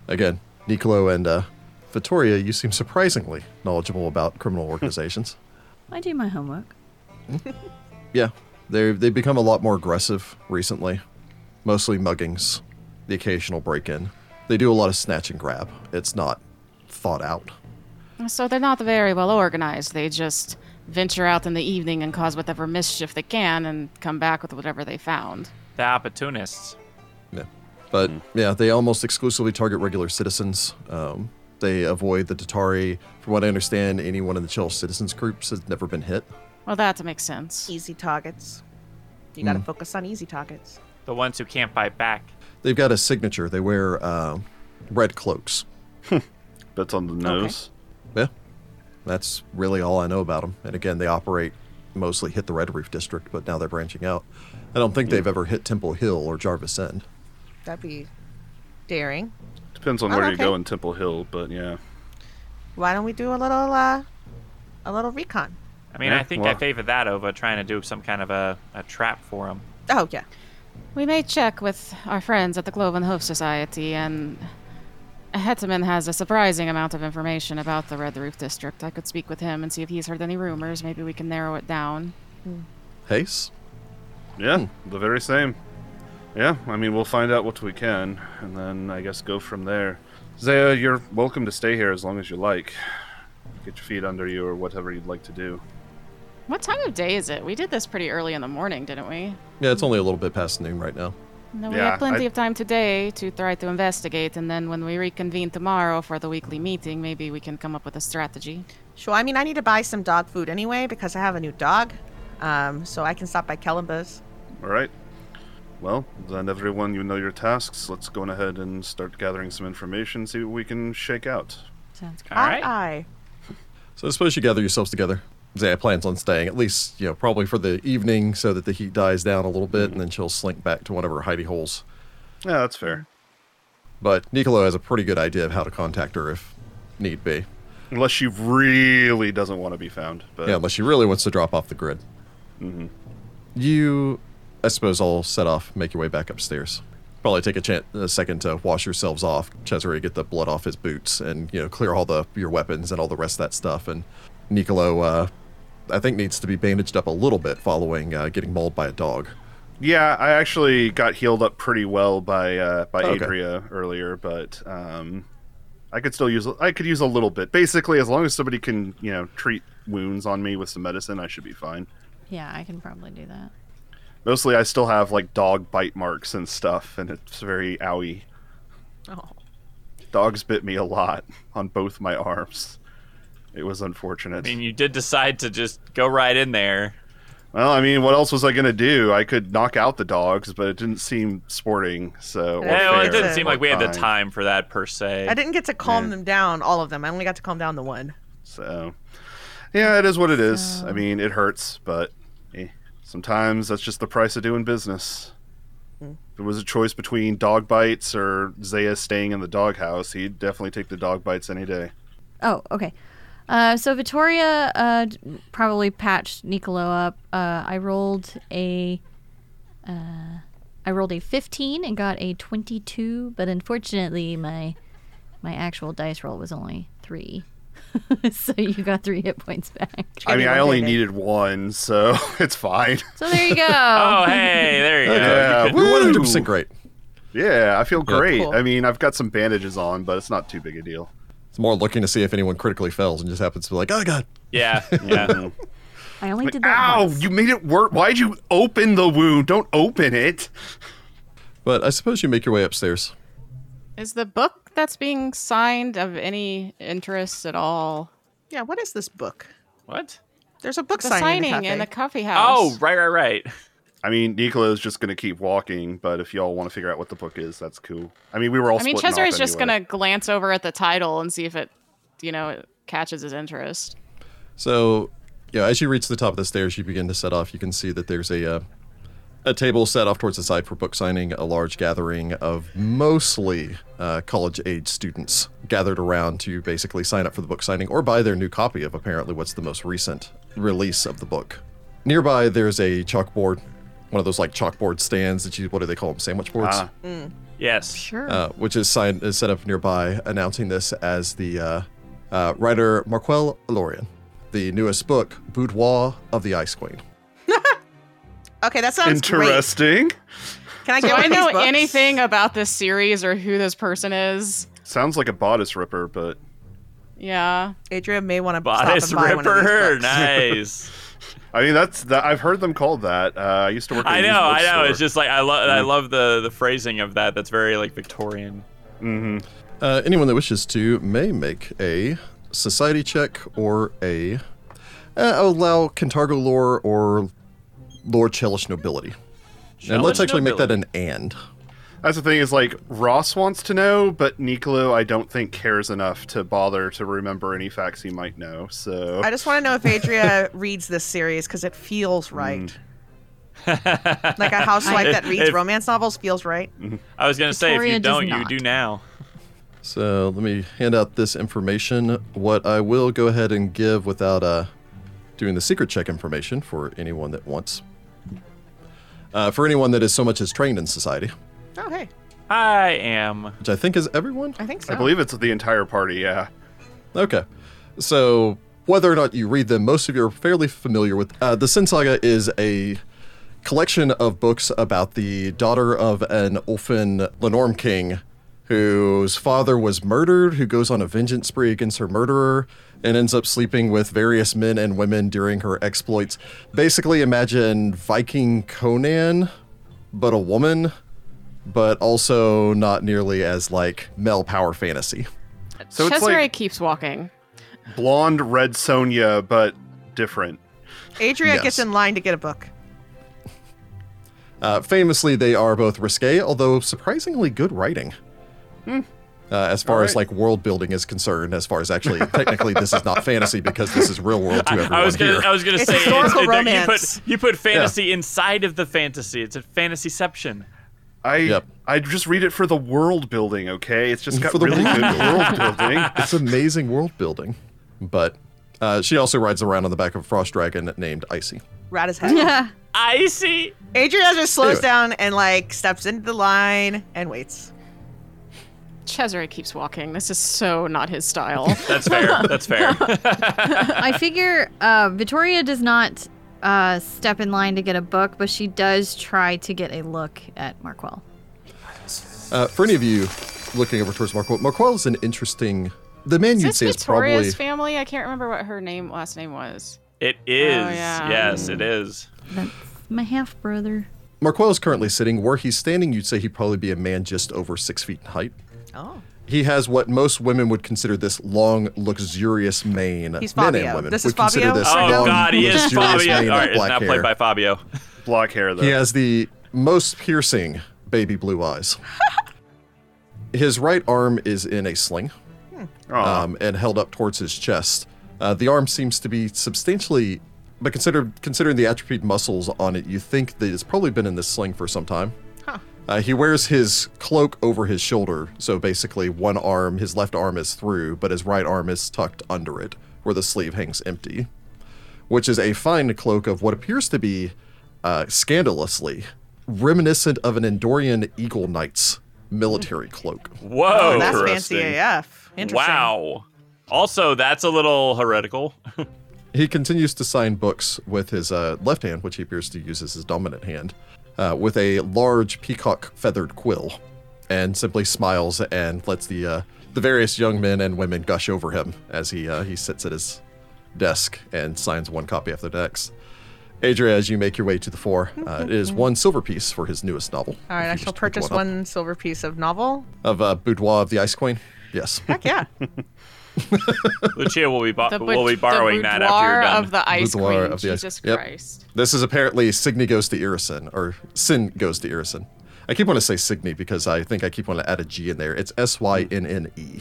A: again, Nicolo and uh, Vittoria, you seem surprisingly knowledgeable about criminal organizations.
C: I do my homework.
A: yeah, they've they've become a lot more aggressive recently. Mostly muggings, the occasional break-in. They do a lot of snatch and grab. It's not thought out.
D: So they're not very well organized. They just venture out in the evening and cause whatever mischief they can and come back with whatever they found.
E: The opportunists.
A: Yeah. But yeah, they almost exclusively target regular citizens. Um, they avoid the Tatari. From what I understand, anyone in the Chill Citizens groups has never been hit.
D: Well, that makes sense.
F: Easy targets. You got to focus on easy targets.
E: The ones who can't fight back.
A: They've got a signature. They wear uh, red cloaks.
B: That's on the nose.
A: Yeah. That's really all I know about them. And again, they operate mostly hit the Red Roof District, but now they're branching out. I don't think they've ever hit Temple Hill or Jarvis End.
F: That'd be daring.
B: Depends on
F: Oh,
B: where you
F: okay.
B: go in Temple Hill, but yeah.
F: Why don't we do a little, uh, a little recon?
E: I mean,
B: Yeah,
E: I think I
B: well-
E: favor that over trying to do some kind of a, a trap for them.
F: Oh yeah.
D: We may check with our friends at the Cloven Hoof Society, and Heteman has a surprising amount of information about the Red Roof District. I could speak with him and see if he's heard any rumors. Maybe we can narrow it down.
A: Hayes?
B: Yeah, the very same. Yeah, I mean, we'll find out what we can, and then I guess go from there. Zaya, you're welcome to stay here as long as you like. Get your feet under you or whatever you'd like to do.
D: What time of day is it? We did this pretty early in the morning, didn't we?
A: Yeah, it's only a little bit past noon right now.
D: No, we
B: Yeah,
D: have plenty
B: I-
D: of time today to try to investigate, and then when we reconvene tomorrow for the weekly meeting, maybe we can come up with a strategy.
F: Sure. I mean, I need to buy some dog food anyway because I have a new dog. Um, so I can stop by Kellenba's.
B: All right. Well, then everyone, you know your tasks. Let's go on ahead and start gathering some information, see what we can shake out.
D: Sounds good.
E: All right.
F: Aye.
A: So I suppose you gather yourselves together. Zaya plans on staying, at least, you know, probably for the evening so that the heat dies down a little bit, and then she'll slink back to one of her hidey holes.
B: Yeah, that's fair.
A: But Nicolo has a pretty good idea of how to contact her if need be.
B: Unless she really doesn't want to be found. But
A: Yeah, unless she really wants to drop off the grid. You, I suppose, all set off, make your way back upstairs. Probably take a, chan a second to wash yourselves off, Cesare, get the blood off his boots, and you know, clear all the your weapons and all the rest of that stuff. And Nicolo, uh, I think, needs to be bandaged up a little bit following uh, getting mauled by a dog.
B: Yeah, I actually got healed up pretty well by uh, by
A: Okay.
B: Adria earlier, but um, I could still use I could use a little bit. Basically, as long as somebody can you know treat wounds on me with some medicine, I should be fine.
C: Yeah, I can probably do that.
B: Mostly, I still have like dog bite marks and stuff, and it's very owie.
F: Oh.
B: Dogs bit me a lot [LAUGHS] on both my arms. It was unfortunate.
E: I mean, you did decide to just go right in there.
B: well, I mean, what else was I gonna do? I could knock out the dogs, but it didn't seem sporting. So or
F: Yeah,
E: Well, it
B: fair
E: didn't
F: so-
E: seem
B: or
E: like we had the
B: kind.
E: time for that per se.
F: I didn't get to calm
B: Yeah.
F: them down, all of them. I only got to calm down the one.
B: So, yeah, it is what it is. I mean, it hurts, but eh, sometimes that's just the price of doing business. If it was a choice between dog bites or Zaya staying in the doghouse, he'd definitely take the dog bites any day.
C: Oh, okay. Uh, so Vittoria uh, d- probably patched Nicolo up. Uh, I rolled a, uh, I rolled a 15 and got a 22, but unfortunately my my actual dice roll was only three, [LAUGHS] so you got three hit points back.
B: I mean,
F: be
B: I
F: one
B: only
F: day.
B: needed one, so [LAUGHS] it's fine.
C: So there you go.
A: [LAUGHS]
E: Oh, hey, there you go.
B: Yeah,
A: You're one hundred
B: woo!
A: percent great.
B: Yeah, I feel great.
F: Cool.
B: I mean, I've got some bandages on, but it's not too big a deal.
A: It's more looking to see if anyone critically fails and just happens to be like, "Oh God,
E: [LAUGHS] Yeah,
A: [LAUGHS]
E: yeah.
C: I only did that.
B: Ow!
C: once.
B: You made it work. Why'd you open the wound? Don't open it.
A: But I suppose you make your way upstairs.
D: Is the book that's being signed of any interest at all?
F: Yeah, what is this book?
E: what?
F: There's a book
D: The
F: signing.
D: signing in the coffee
F: cafe.
D: house.
E: Oh, right, right, right.
B: I mean, Nicolo's just going to keep walking, but if y'all want to figure out what the book is, that's cool. I mean, we were all.
D: I mean,
B: splitting
D: Chesser
B: off
D: is just
B: anyway.
D: gonna glance over at the title and see if it, you know, it catches his [LAUGHS] interest.
A: So, yeah, as you reach the top of the stairs, you begin to set off. You can see that there's a uh, a table set off towards the side for book signing. A large gathering of mostly uh, college age students gathered around to basically sign up for the book signing or buy their new copy of apparently what's the most recent release of the book. Nearby, there's a chalkboard, one of those like chalkboard stands that you what do they call them sandwich boards?
B: Ah.
E: Yes.
C: Sure.
A: uh, which is, signed, is set up nearby, announcing this as the uh, uh, writer Marquel Lorien, the newest book, Boudoir of the Ice Queen.
F: Okay, that sounds great.
B: Interesting.
F: Can I
D: Do
F: get one
D: I
F: of these
D: know
F: books?
D: anything about this series or who this person is?
B: Sounds like a bodice ripper, but
D: Yeah.
F: Adrian may want to stop
E: Bodice
F: and buy one of these
E: Ripper. [LAUGHS]
F: books.
E: Nice.
B: I mean that's that. I've heard them called that. Uh, I used to work. At
E: [LAUGHS] I know, I know. It's just like I love, I
B: Mm.
E: love the the phrasing of that. That's very like Victorian.
B: hmm
A: Uh, anyone that wishes to may make a society check or a. Uh, I'll allow Cantargo lore or lore Chelish nobility. and let's
E: Chelish
A: actually make that
E: nobility.
A: an and.
B: That's the thing is like Ross wants to know, but Nicolo I don't think cares enough to bother to remember any facts he might know. So
F: I just want to know if Adria [LAUGHS] reads this series because it feels right.
E: [LAUGHS]
F: like a housewife that reads
E: Mm. If- Mm-hmm.
F: romance novels feels right.
E: I was gonna say if
C: Victoria
E: you
C: does
E: don't, you
C: not.
E: do now.
A: So let me hand out this information. What I will go ahead and give without uh, doing the secret check information for anyone that wants. Uh, for anyone that is so much as trained in society,
F: Oh, hey,
E: I am.
A: which I think is everyone.
F: I think so.
B: I believe it's the entire party. Yeah.
A: Okay. So whether or not you read them, most of you are fairly familiar with. Uh, the Sin Saga is a collection of books about the daughter of an Ulfin Lenorm king whose father was murdered, who goes on a vengeance spree against her murderer and ends up sleeping with various men and women during her exploits. Basically, imagine Viking Conan, but a woman, but also not nearly as like male power fantasy.
B: So it's
D: Chesare
B: like
D: keeps walking.
B: blonde red Sonia, but different.
F: Adria
A: Yes.
F: gets in line to get a book.
A: Uh, famously, they are both risque, although surprisingly good writing.
E: Hmm.
A: Uh, as far as
B: Alright.
A: like world building is concerned, as far as
E: [LAUGHS]
A: actually technically this is not fantasy because this is real world to everyone
E: I was gonna,
A: here.
E: I was gonna
F: It's
E: say
F: historical
E: you
F: romance.
E: put you put fantasy inside of the fantasy. It's a fantasyception.
B: I
A: Yep.
B: I just read it for the world building. Okay, it's just got
A: For the
B: really
A: world
B: good world
A: [LAUGHS]
B: building.
A: it's amazing world building, but uh, she also rides around on the back of a frost dragon named Icy.
F: Rat [LAUGHS] his head.
E: I see.
F: Adria just slows
A: Anyway.
F: down and like steps into the line and waits.
D: Chesare keeps walking. This is so not
B: [LAUGHS]
D: his style.
E: That's [LAUGHS] fair. That's fair.
C: I figure uh, Victoria does not uh, step in line to get a book, but she does try to get a look at Markwell.
A: Uh, for any of you looking over towards Marquel, Marquel is an interesting. The man you'd
D: is
A: say
D: this
A: is probably
D: Victoria's family? I can't remember what her name last name was.
E: It
F: Oh,
E: is.
D: yeah.
E: Yes, it is.
C: That's my half brother.
A: Marquel is currently sitting where he's standing. You'd say he'd probably be a man just over six feet in height.
F: Oh,
A: He has what most women would consider this long, luxurious mane.
F: He's
A: Men
F: Fabio.
A: and women
F: This is
A: would consider
F: Fabio
A: this
E: Oh
F: right now?
A: long,
E: God, he is
A: luxurious
E: Fabio.
A: mane
E: All right,
A: of
E: it's
A: black
E: now
A: hair.
E: played by Fabio.
F: Oh,
B: Block hair though.
A: He has the most piercing baby blue eyes. his right arm is in a sling
B: Aw.
A: um, and held up towards his chest. Uh, the arm seems to be substantially, but consider, considering the atrophied muscles on it, you think that it's probably been in this sling for some time. Uh, he wears his cloak over his shoulder, so basically one arm, his left arm is through, but his right arm is tucked under it, where the sleeve hangs empty, which is a fine cloak of what appears to be, uh, scandalously, reminiscent of an Endorian Eagle Knight's military cloak.
E: Whoa.
F: Oh, that's fancy AF. Interesting.
E: Oh, wow. Also, that's a little heretical. [LAUGHS]
A: He continues to sign books with his uh, left hand, which he appears to use as his dominant hand, uh, with a large peacock feathered quill, and simply smiles and lets the uh, the various young men and women gush over him as he uh, he sits at his desk and signs one copy after the next. Adria, as you make your way to the fore, uh, it
F: [LAUGHS]
A: is one silver piece for his newest novel.
F: All right,
A: If
F: I
A: you
F: shall
A: just pick
F: purchase
A: up.
F: one silver piece of novel. [LAUGHS]
A: of uh, Boudoir of the Ice Queen. Yes.
F: Heck yeah.
E: Lucia will be, bo-
D: The
E: will be
D: boudoir
E: borrowing that after you're done.
D: of the ice
A: Boudoir
D: queen.
A: of the ice-
D: Jesus
A: yep.
D: Christ.
A: This is apparently Signy goes to Irison, or Sin goes to Irison. I keep wanting to say Signy because I think I keep wanting to add a G in there. It's S Y N N E.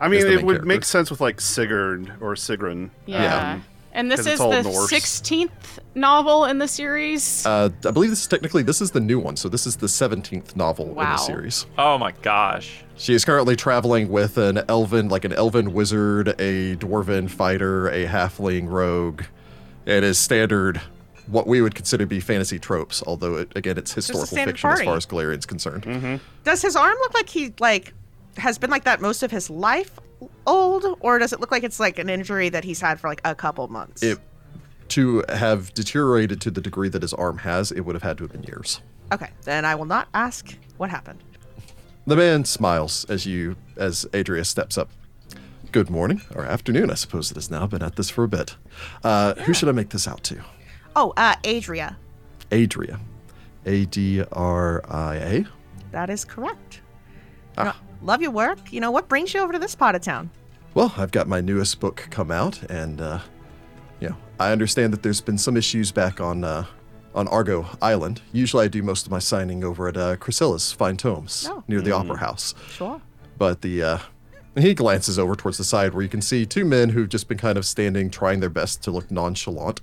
B: I mean,
A: the
B: it
A: main
B: would make
A: character.
B: sense with like Sigurd or Sigrun.
D: Yeah.
B: Um,
D: and this
B: 'cause it's
D: is
B: Old
D: the
B: Norse.
D: 16th novel in the series.
A: Uh, I believe this is technically this is the new one, so this is the seventeenth novel in
D: Wow.
A: the series.
E: Oh my gosh.
A: She is currently traveling with an elven, like an elven wizard, a dwarven fighter, a halfling rogue. It is standard, what we would consider to be fantasy tropes, although it, again, it's
F: a
A: historical
F: standard
A: fiction as far
F: party.
A: as Galarian's concerned.
F: Does his arm look like he like has been like that most of his life old, or does it look like it's like an injury that he's had for like a couple months?
A: It to have deteriorated to the degree that his arm has, it would have had to have been years.
F: Okay, then I will not ask what happened.
A: The man smiles as you, as Adria steps up. Good morning, or afternoon, I suppose it is now. Been at this for a bit. Uh, Who should I make this out to?
F: Oh, uh, Adria.
A: Adria. A D R I A.
F: That is correct. You know, love your work. You know what brings you over to this part of town?
A: Well, I've got my newest book come out, and uh, you know, I understand that there's been some issues back on uh, on Argo Island. Usually, I do most of my signing over at uh, Chrysalis Fine Tomes
F: Oh.
A: near the Opera House.
F: Sure.
A: But the uh, he glances over towards the side where you can see two men who've just been kind of standing, trying their best to look nonchalant.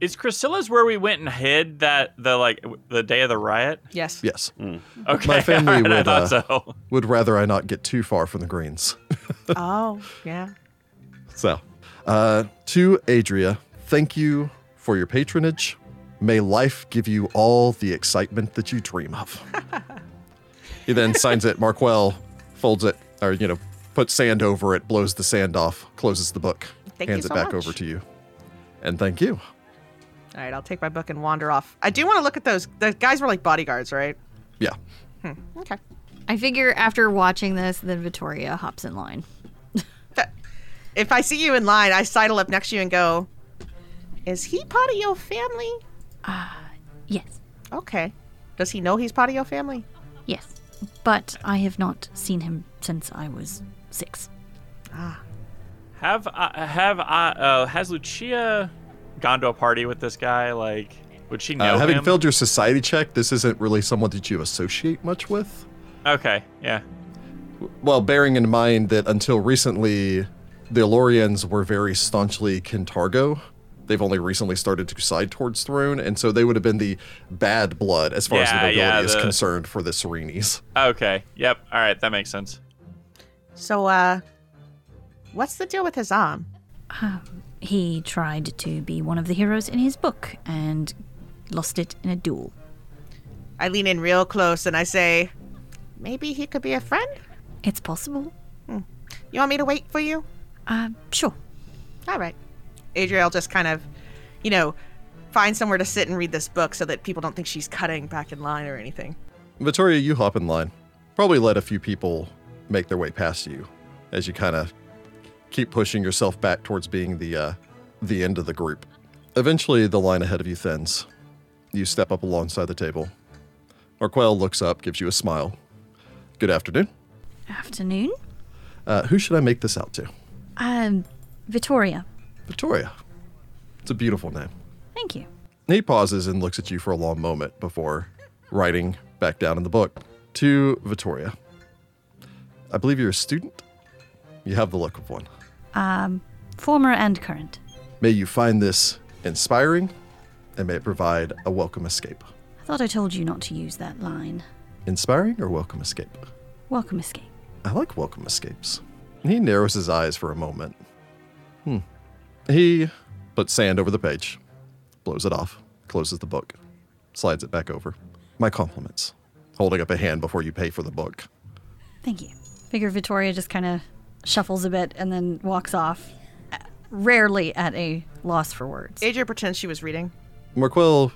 E: Is Chrysilla's where we went and hid that the like w- the day of the riot?
F: Yes.
A: Yes,
E: Okay,
A: My
E: [LAUGHS]
A: family
E: alright,
A: would,
E: I
A: uh,
E: thought so.
A: would rather I not get too far from the greens.
F: [LAUGHS]
A: [LAUGHS]
F: oh, yeah.
A: So, uh, to Adria, thank you for your patronage. May life give you all the excitement that you dream of. he then signs it, Markwell folds it, or, you know, puts sand over it, blows the sand off, closes the book,
F: Thank you
A: hands
F: so
A: it back
F: much.
A: over to you. And thank you.
F: All right, I'll take my book and wander off. I do want to look at those. The guys were like bodyguards, right?
A: Yeah.
F: Okay.
C: I figure after watching this, then Vittoria hops in line.
F: Th- If I see you in line, I sidle up next to you and go, Is he part of your family?
C: Yes,
F: Okay. Does he know he's part of your family?
C: yes. But I have not seen him since I was six.
E: Have I, have I, uh, has Lucia gone to a party with this guy? Like, would she know
A: Uh, having
E: him?
A: failed your society check, this isn't really someone that you associate much with.
E: okay, yeah.
A: Well, bearing in mind that until recently, the Elorians were very staunchly Kintargo. They've only recently started to side towards Throne, and so they would have been the bad blood as far as the
E: Yeah,
A: nobility
E: yeah,
A: is
E: the-
A: concerned for the Serenis.
E: Okay, yep. All right, that makes sense.
F: So, uh, what's the deal with his arm?
C: He tried to be one of the heroes in his book and lost it in a duel.
F: I lean in real close and I say, Maybe he could be a friend?
C: It's possible.
F: You want me to wait for you?
C: Uh, sure.
F: All right. Adriel just kind of, you know, find somewhere to sit and read this book so that people don't think she's cutting back in line or anything.
A: Vittoria, you hop in line. Probably let a few people make their way past you as you kind of keep pushing yourself back towards being the uh, the end of the group. Eventually, the line ahead of you thins. You step up alongside the table. Marquel looks up, gives you a smile. Good afternoon.
C: Afternoon.
A: Uh, who should I make this out to?
C: Um, Vittoria.
A: Victoria. It's a beautiful name.
C: Thank you.
A: He pauses and looks at you for a long moment before writing back down in the book. To Vittoria. I believe you're a student. You have the look of one.
C: Former and current.
A: May you find this inspiring and may it provide a welcome escape.
C: I thought I told you not to use that line.
A: Inspiring or welcome escape?
C: Welcome, escape.
A: I like welcome escapes. He narrows his eyes for a moment. Hmm. He puts sand over the page, blows it off, closes the book, slides it back over. My compliments. Holding up a hand before you pay for the book.
C: Thank you. Figure Vittoria just kind of shuffles a bit and then walks off, uh, rarely at a loss for words.
F: Adriel pretends she was reading.
A: Marquil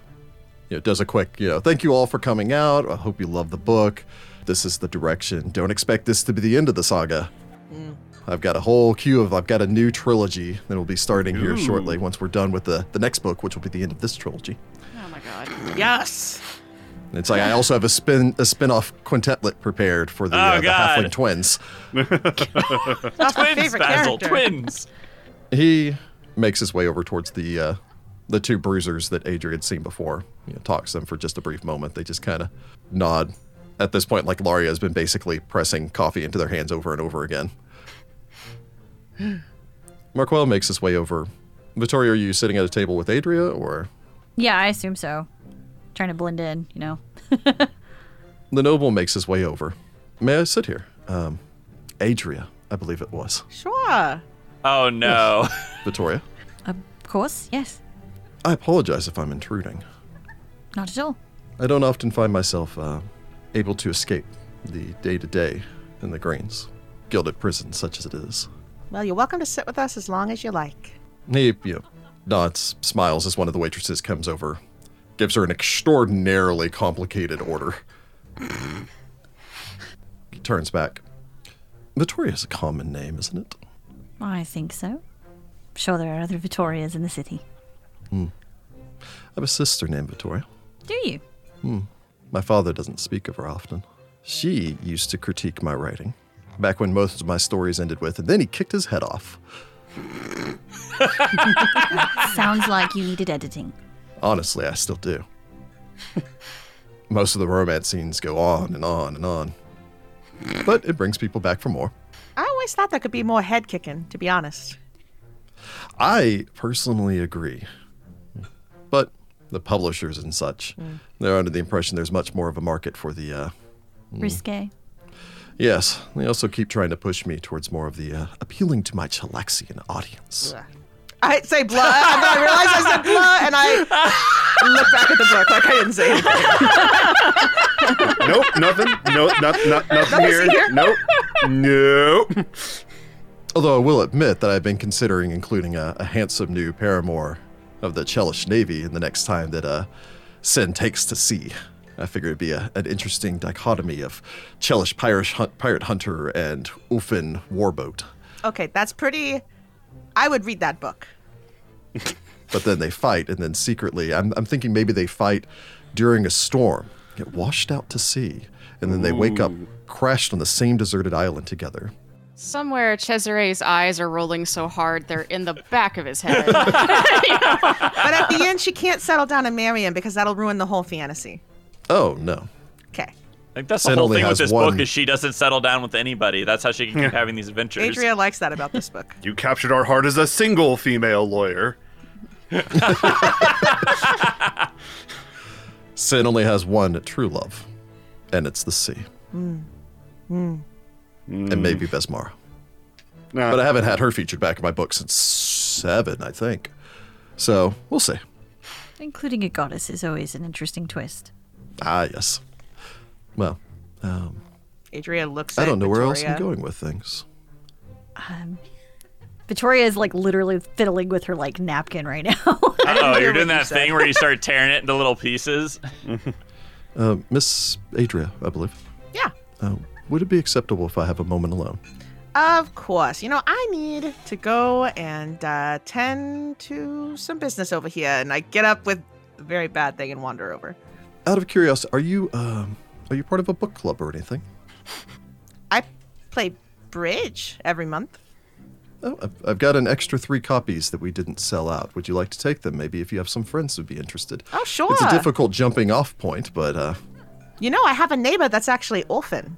A: you know, does a quick, you know, thank you all for coming out. I hope you love the book. This is the direction. Don't expect this to be the end of the saga. I've got a whole queue of, I've got a new trilogy that will be starting here shortly once we're done with the, the next book, which will be the end of this trilogy.
D: Oh my god.
F: Yes.
A: And It's like I also have a spin a spin-off quintetlet prepared for the,
E: Oh,
A: uh, the
E: God.
A: halfling twins.
F: That's my
E: Twins,
F: favorite
E: Basil,
F: character.
E: twins.
A: He makes his way over towards the uh, the two bruisers that Adrian had seen before. You know, talks to them for just a brief moment. They just kind of nod. At this point, like Laria has been basically pressing coffee into their hands over and over
E: [GASPS]
A: again. Marquel makes his way over. Vittorio, are you sitting at a table with Adria, or
C: Yeah, I assume so. Trying to blend in, you know.
A: the noble makes his way over? May I sit here? Um, Adria, I believe it was.
F: Sure.
A: [LAUGHS]
E: Oh no.
A: Vittoria,
C: Of course, yes.
A: I apologize if I'm intruding.
C: Not at all.
A: I don't often find myself uh, able to escape the day to day in the Greens, gilded prison such as it is.
F: Well, you're welcome to sit with us as long as you like.
A: He you know, nods, smiles as one of the waitresses comes over, gives her an extraordinarily complicated order. he turns back. Victoria's a common name, isn't it?
C: I think so. Sure, there are other Vittorias in the city.
A: I have a sister named Victoria.
C: Do you?
A: My father doesn't speak of her often. She used to critique my writing, back when most of my stories ended with, and then he kicked his head off.
C: Sounds like you needed [LAUGHS] editing.
A: Honestly, I still do. [LAUGHS] Most of the romance scenes go on and on and on. But it brings people back for more.
F: I always thought that could be more head kicking, to be honest.
A: I personally agree. But the publishers and such, they're under the impression there's much more of a market for the. Uh,
C: Mm. Risque.
A: yes, they also keep trying to push me towards more of the uh, appealing to my Chalaxian audience.
F: I say blah, and then I realized I said blah, and I look back at the book like I didn't say anything.
B: Um, nope, nothing. No, not,
F: [LAUGHS]
B: not, nothing here. Nope. Nope.
A: Although I will admit that I've been considering including a, a handsome new paramour of the Chelish Navy in the next time that uh, Sin takes to sea. I figure it'd be a, an interesting dichotomy of Chelish pirate, hunt, pirate hunter and Ulfin warboat.
F: Okay, that's pretty. I would read that book.
A: But then they fight, and then secretly, I'm, I'm thinking maybe they fight during a storm, get washed out to sea, and then they wake up crashed on the same deserted island together.
D: Somewhere, Cesare's eyes are rolling so hard they're in the back of his
A: [LAUGHS]
D: head. [LAUGHS]
F: But at the end, she can't settle down and marry him because that'll ruin the whole fantasy.
A: Oh, no.
F: Okay.
E: Like that's
A: Sin
E: the whole
A: only
E: thing
A: has
E: with this
A: one-
E: book is she doesn't settle down with anybody. That's how she can keep having these adventures.
F: Adria likes that about this book.
B: You captured our heart as a single female lawyer.
A: Sin only has one true love, and it's the sea. And maybe Besmara.
B: Nah,
A: But I haven't had her featured back in my book since seven, I think. So we'll see.
C: Including a goddess is always an interesting twist.
A: Ah, yes. Well,
F: Adria looks.
A: I
F: at
A: don't know where else I'm
F: Victoria.
A: going with things.
C: Victoria is like literally fiddling with her like napkin right now. [LAUGHS]
E: oh, you're
F: hear what
E: doing
F: you
E: that
F: said.
E: thing where you start tearing it into little pieces.
A: Uh, Miss Adria, I believe.
F: Yeah.
A: Uh, would it be acceptable if I have a moment alone?
F: Of course. You know, I need to go and uh, tend to some business over here. And I get up with a very bad thing and wander over.
A: Out of curiosity, are you um, are you part of a book club or anything?
F: I play bridge every month.
A: Oh, I've, I've got an extra three copies that we didn't sell out. Would you like to take them? Maybe if you have some friends who'd be interested.
F: Oh, sure.
A: It's a difficult jumping off point, but uh,
F: You know, I have a neighbor that's actually orphan.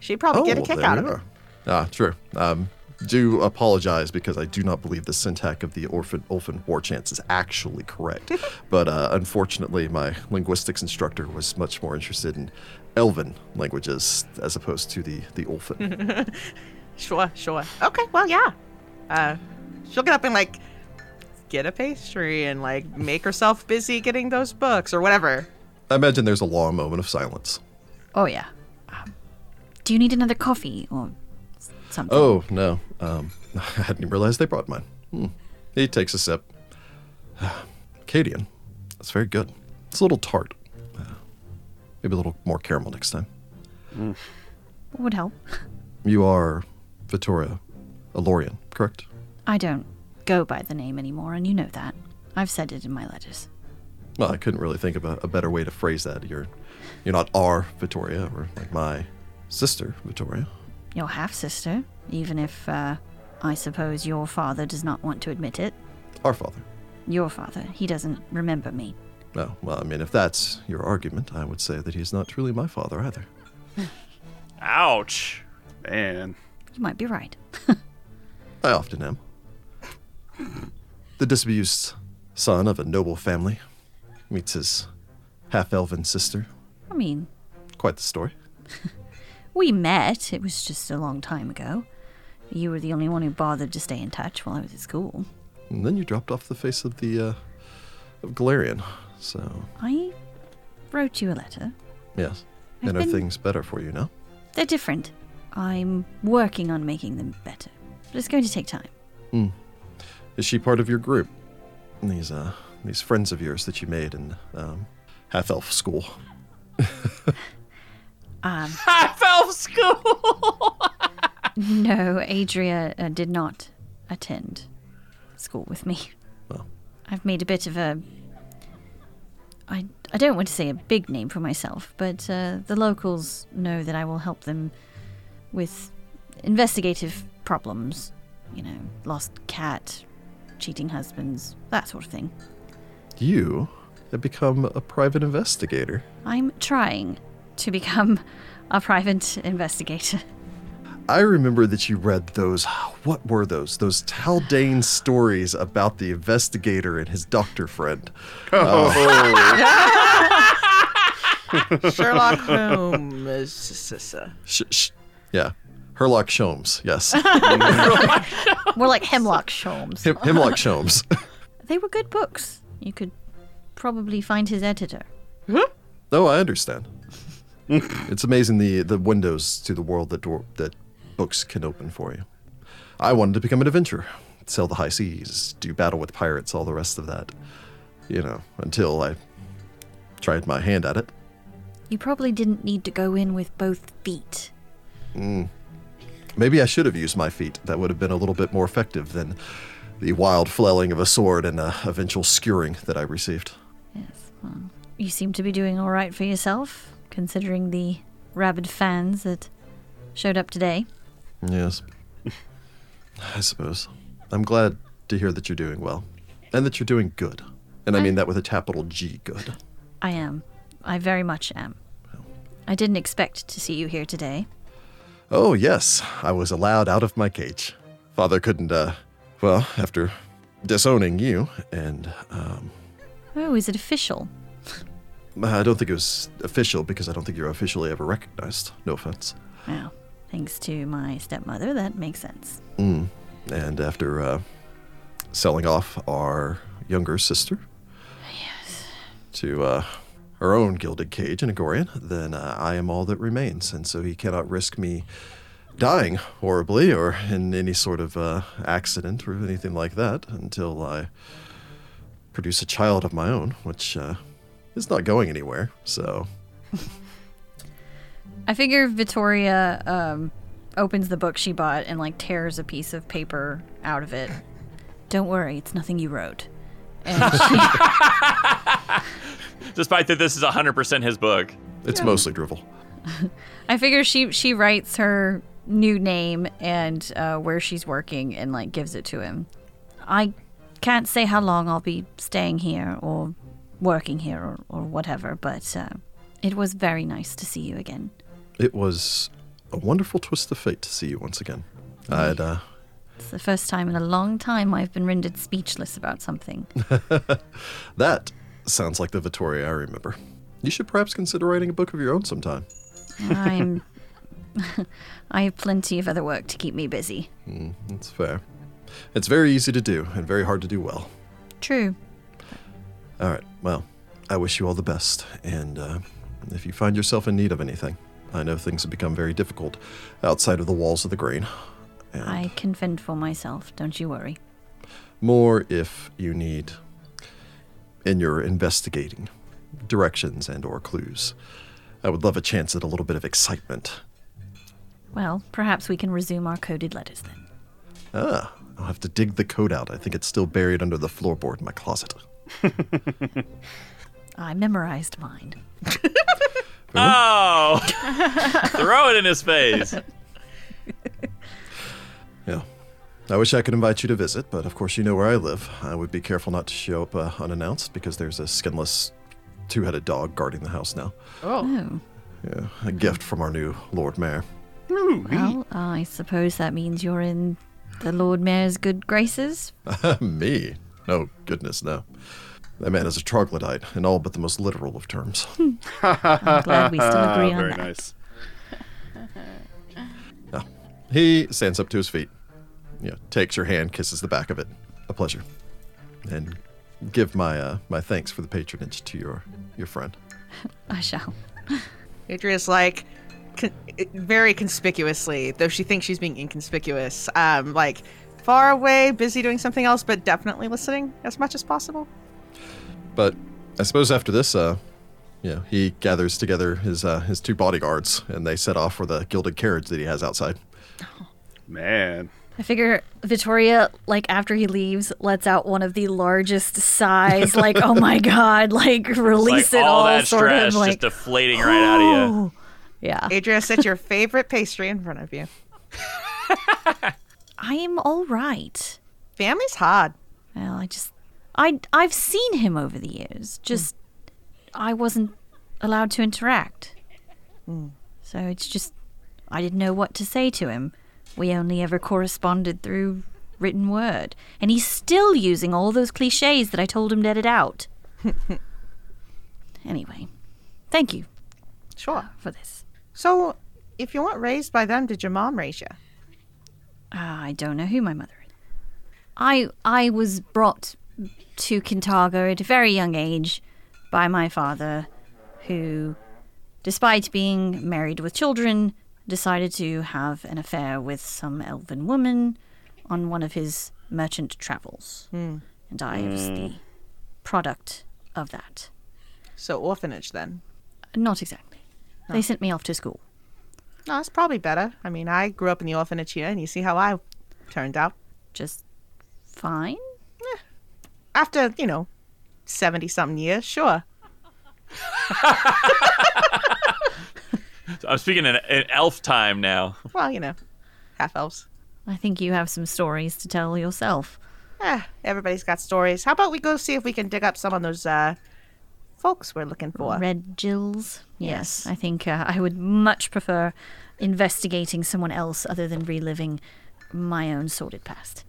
F: She'd probably
A: oh,
F: get a
A: well,
F: kick
A: there
F: out
A: we
F: of it.
A: are. Ah, true. Um, do apologize because I do not believe the syntax of the orphan orphan war chants is actually
F: [LAUGHS]
A: correct. but uh, unfortunately, my linguistics instructor was much more interested in Elven languages as opposed to the the
F: [LAUGHS]
A: orphan.
F: Sure, sure. Okay, well, yeah. Uh, she'll get up and like get a pastry and like make herself busy getting those books or
A: [LAUGHS]
F: whatever.
A: I imagine there's a long moment of silence.
C: oh yeah. Um, do you need another coffee or s- something?
A: Oh no, um, [LAUGHS] I hadn't even realized they brought mine. Hmm. He takes a sip. [SIGHS] Cadian, that's very good. It's a little tart. Uh, maybe a little more caramel next time.
C: would help.
A: You are Vittoria Alorian, correct?
C: I don't go by the name anymore, and you know that. I've said it in my letters.
A: Well, I couldn't really think of a, a better way to phrase that. You're, you're not our Vittoria or like my sister Vittoria.
H: Your half sister, even if uh, I suppose your father does not want to admit it.
A: Our father.
H: Your father, he doesn't remember me.
A: No, well, I mean, if that's your argument, I would say that he's not truly my father either.
E: Ouch.
B: Man.
H: You might be right.
A: I often am. The disabused son of a noble family meets his half elven sister.
H: I mean,
A: Quite the story.
H: we met, it was just a long time ago. You were the only one who bothered to stay in touch while I was at school.
A: And then you dropped off the face of the uh, of Galarian. So
H: I wrote you a letter.
A: yes, and are
H: been-
A: things better for you now?
H: They're different. I'm working on making them better, but it's going to take time.
A: Is she part of your group? These uh these friends of yours that you made in um, half elf school.
H: Um,
E: Half elf school.
H: No, Adria uh, did not attend school with me.
A: Well.
H: I've made a bit of a. I, I don't want to say a big name for myself, but uh, the locals know that I will help them with investigative problems. You know, lost cat, cheating husbands, that sort of thing.
A: You have become a private investigator.
H: I'm trying to become a private [LAUGHS] investigator.
A: I remember that you read those. What were those? Those Taldane stories about the investigator and his doctor friend.
F: Sherlock Holmes.
A: Sh- sh- yeah, Herlock Sholmes. Yes,
H: More like Hemlock Sholmes.
A: Him- Hemlock Sholmes.
H: They were good books. You could probably find his editor.
A: No, I understand. it's amazing the the windows to the world that door, that books can open for you. I wanted to become an adventurer, sail the high seas, do battle with pirates, all the rest of that. You know, until I tried my hand at it.
H: You probably didn't need to go in with both feet.
A: Maybe I should have used my feet. That would have been a little bit more effective than the wild flailing of a sword and uh, eventual skewering that I received.
H: Yes, well, you seem to be doing all right for yourself, considering the rabid fans that showed up today.
A: Yes. [LAUGHS] I suppose. I'm glad to hear that you're doing well and that you're doing good. And I mean that with a capital G good.
H: I am. I very much am. I didn't expect to see you here today.
A: Oh, yes, I was allowed out of my cage. Father couldn't, uh, well, after disowning you, and um,
H: Oh, is it official?
A: I don't think it was official because I don't think you're officially ever recognized. No offense.
H: Well, thanks to my stepmother, that makes sense.
A: and after uh, selling off our younger sister to uh, her own gilded cage in Agorian, then uh, I am all that remains. And so he cannot risk me dying horribly or in any sort of uh, accident or anything like that until I produce a child of my own, which uh, is not going anywhere. So,
H: I figure Vittoria um, opens the book she bought and like tears a piece of paper out of it. Don't worry, it's nothing you wrote. And she
E: Despite that, this is 100% his book.
A: it's mostly drivel.
H: I figure she she writes her new name and uh, where she's working and like gives it to him. I can't say how long I'll be staying here or working here or, or whatever, but uh, it was very nice to see you again.
A: It was a wonderful twist of fate to see you once again. I'd uh,
H: It's the first time in a long time I've been rendered speechless about something.
A: That sounds like the Vittoria I remember. You should perhaps consider writing a book of your own sometime.
H: I'm [LAUGHS] I have plenty of other work to keep me busy.
A: That's fair. It's very easy to do and very hard to do well.
H: True.
A: All right, well, I wish you all the best. And uh, if you find yourself in need of anything, I know things have become very difficult outside of the walls of the grain. And
H: I can fend for myself, don't you worry.
A: more if you need in your investigating directions and or clues. I would love a chance at a little bit of excitement.
H: Well, perhaps we can resume our coded letters then.
A: Ah, I'll have to dig the code out. I think it's still buried under the floorboard in my closet.
H: I memorized mine.
E: Oh! Throw it in his face.
A: Yeah. I wish I could invite you to visit, but of course you know where I live. I would be careful not to show up uh, unannounced because there's a skinless, two headed dog guarding the house now.
F: Oh,
H: Oh,
A: Yeah, a gift from our new Lord Mayor. [LAUGHS]
H: well, I suppose that means you're in the Lord Mayor's good graces.
A: Me? No, goodness, no. That man is a troglodyte in all but the most literal of terms.
H: I'm glad we still
E: [LAUGHS]
H: agree on
B: Very
H: that.
B: nice.
A: He stands up to his feet, you know, takes your hand, kisses the back of it. A pleasure. And give my uh, my thanks for the patronage to your your friend.
H: I shall.
F: Adria's like con- very conspicuously, though she thinks she's being inconspicuous. Um, like far away, busy doing something else, but definitely listening as much as possible.
A: But I suppose after this, uh, you know, he gathers together his uh, his two bodyguards and they set off for the gilded carriage that he has outside.
B: Man.
H: I figure Vittoria, like after he leaves, lets out one of the largest
E: [LAUGHS]
H: sighs, like "Oh my god!" Like release
E: Like,
H: it
E: all
H: all,
E: that
H: sort
E: stress
H: of like.
E: just deflating right out of you.
H: yeah,
F: Adria, set your favorite pastry in front of you.
H: I am all right.
F: Family's hard.
H: Well, I just, I I've seen him over the years. Just, I wasn't allowed to interact. So it's just, I didn't know what to say to him. We only ever corresponded through written word, and he's still using all those cliches that I told him to edit out. anyway, thank you
F: Sure.
H: for this.
F: So, if you weren't raised by them, did your mom raise you?
H: Ah, I don't know who my mother is. I I was brought to Kintago at a very young age by my father, who, despite being married with children, decided to have an affair with some elven woman on one of his merchant travels, and I was the product of that.
F: So, orphanage then.
H: Not exactly. They sent me off to school.
F: No, that's probably better. I mean, I grew up in the orphanage here, and you see how I turned out.
H: Just fine.
F: After, you know, 70 something years, sure.
E: So I'm speaking in, in elf time now.
F: Well, you know, half elves.
H: I think you have some stories to tell yourself.
F: Eh, everybody's got stories. How about we go see if we can dig up some of those uh, folks we're looking for?
H: Red Jills.
F: Yes.
H: Yes, I think uh, I would much prefer investigating someone else other than reliving my own sordid past.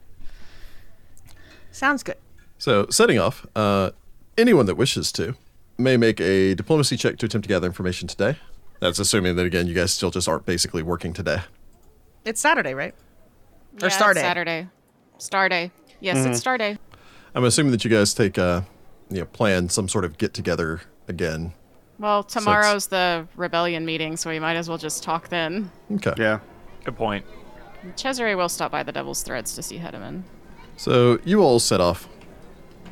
F: Sounds good.
A: So, setting off, uh, anyone that wishes to may make a diplomacy check to attempt to gather information today. That's assuming that, again, you guys still just aren't basically working today.
F: It's Saturday, right?
D: Yeah, it's
F: Star Day.
D: Saturday. Star Day. Yes, it's
A: Mm-hmm.
D: Star Day.
A: I'm assuming that you guys take, uh, you know, plan some sort of get together again.
D: Well, tomorrow's the rebellion meeting, so we might as well just talk then.
A: Okay.
B: Yeah.
E: Good point.
D: Cesare will stop by the Devil's Threads to see Hedeman.
A: So you all set off,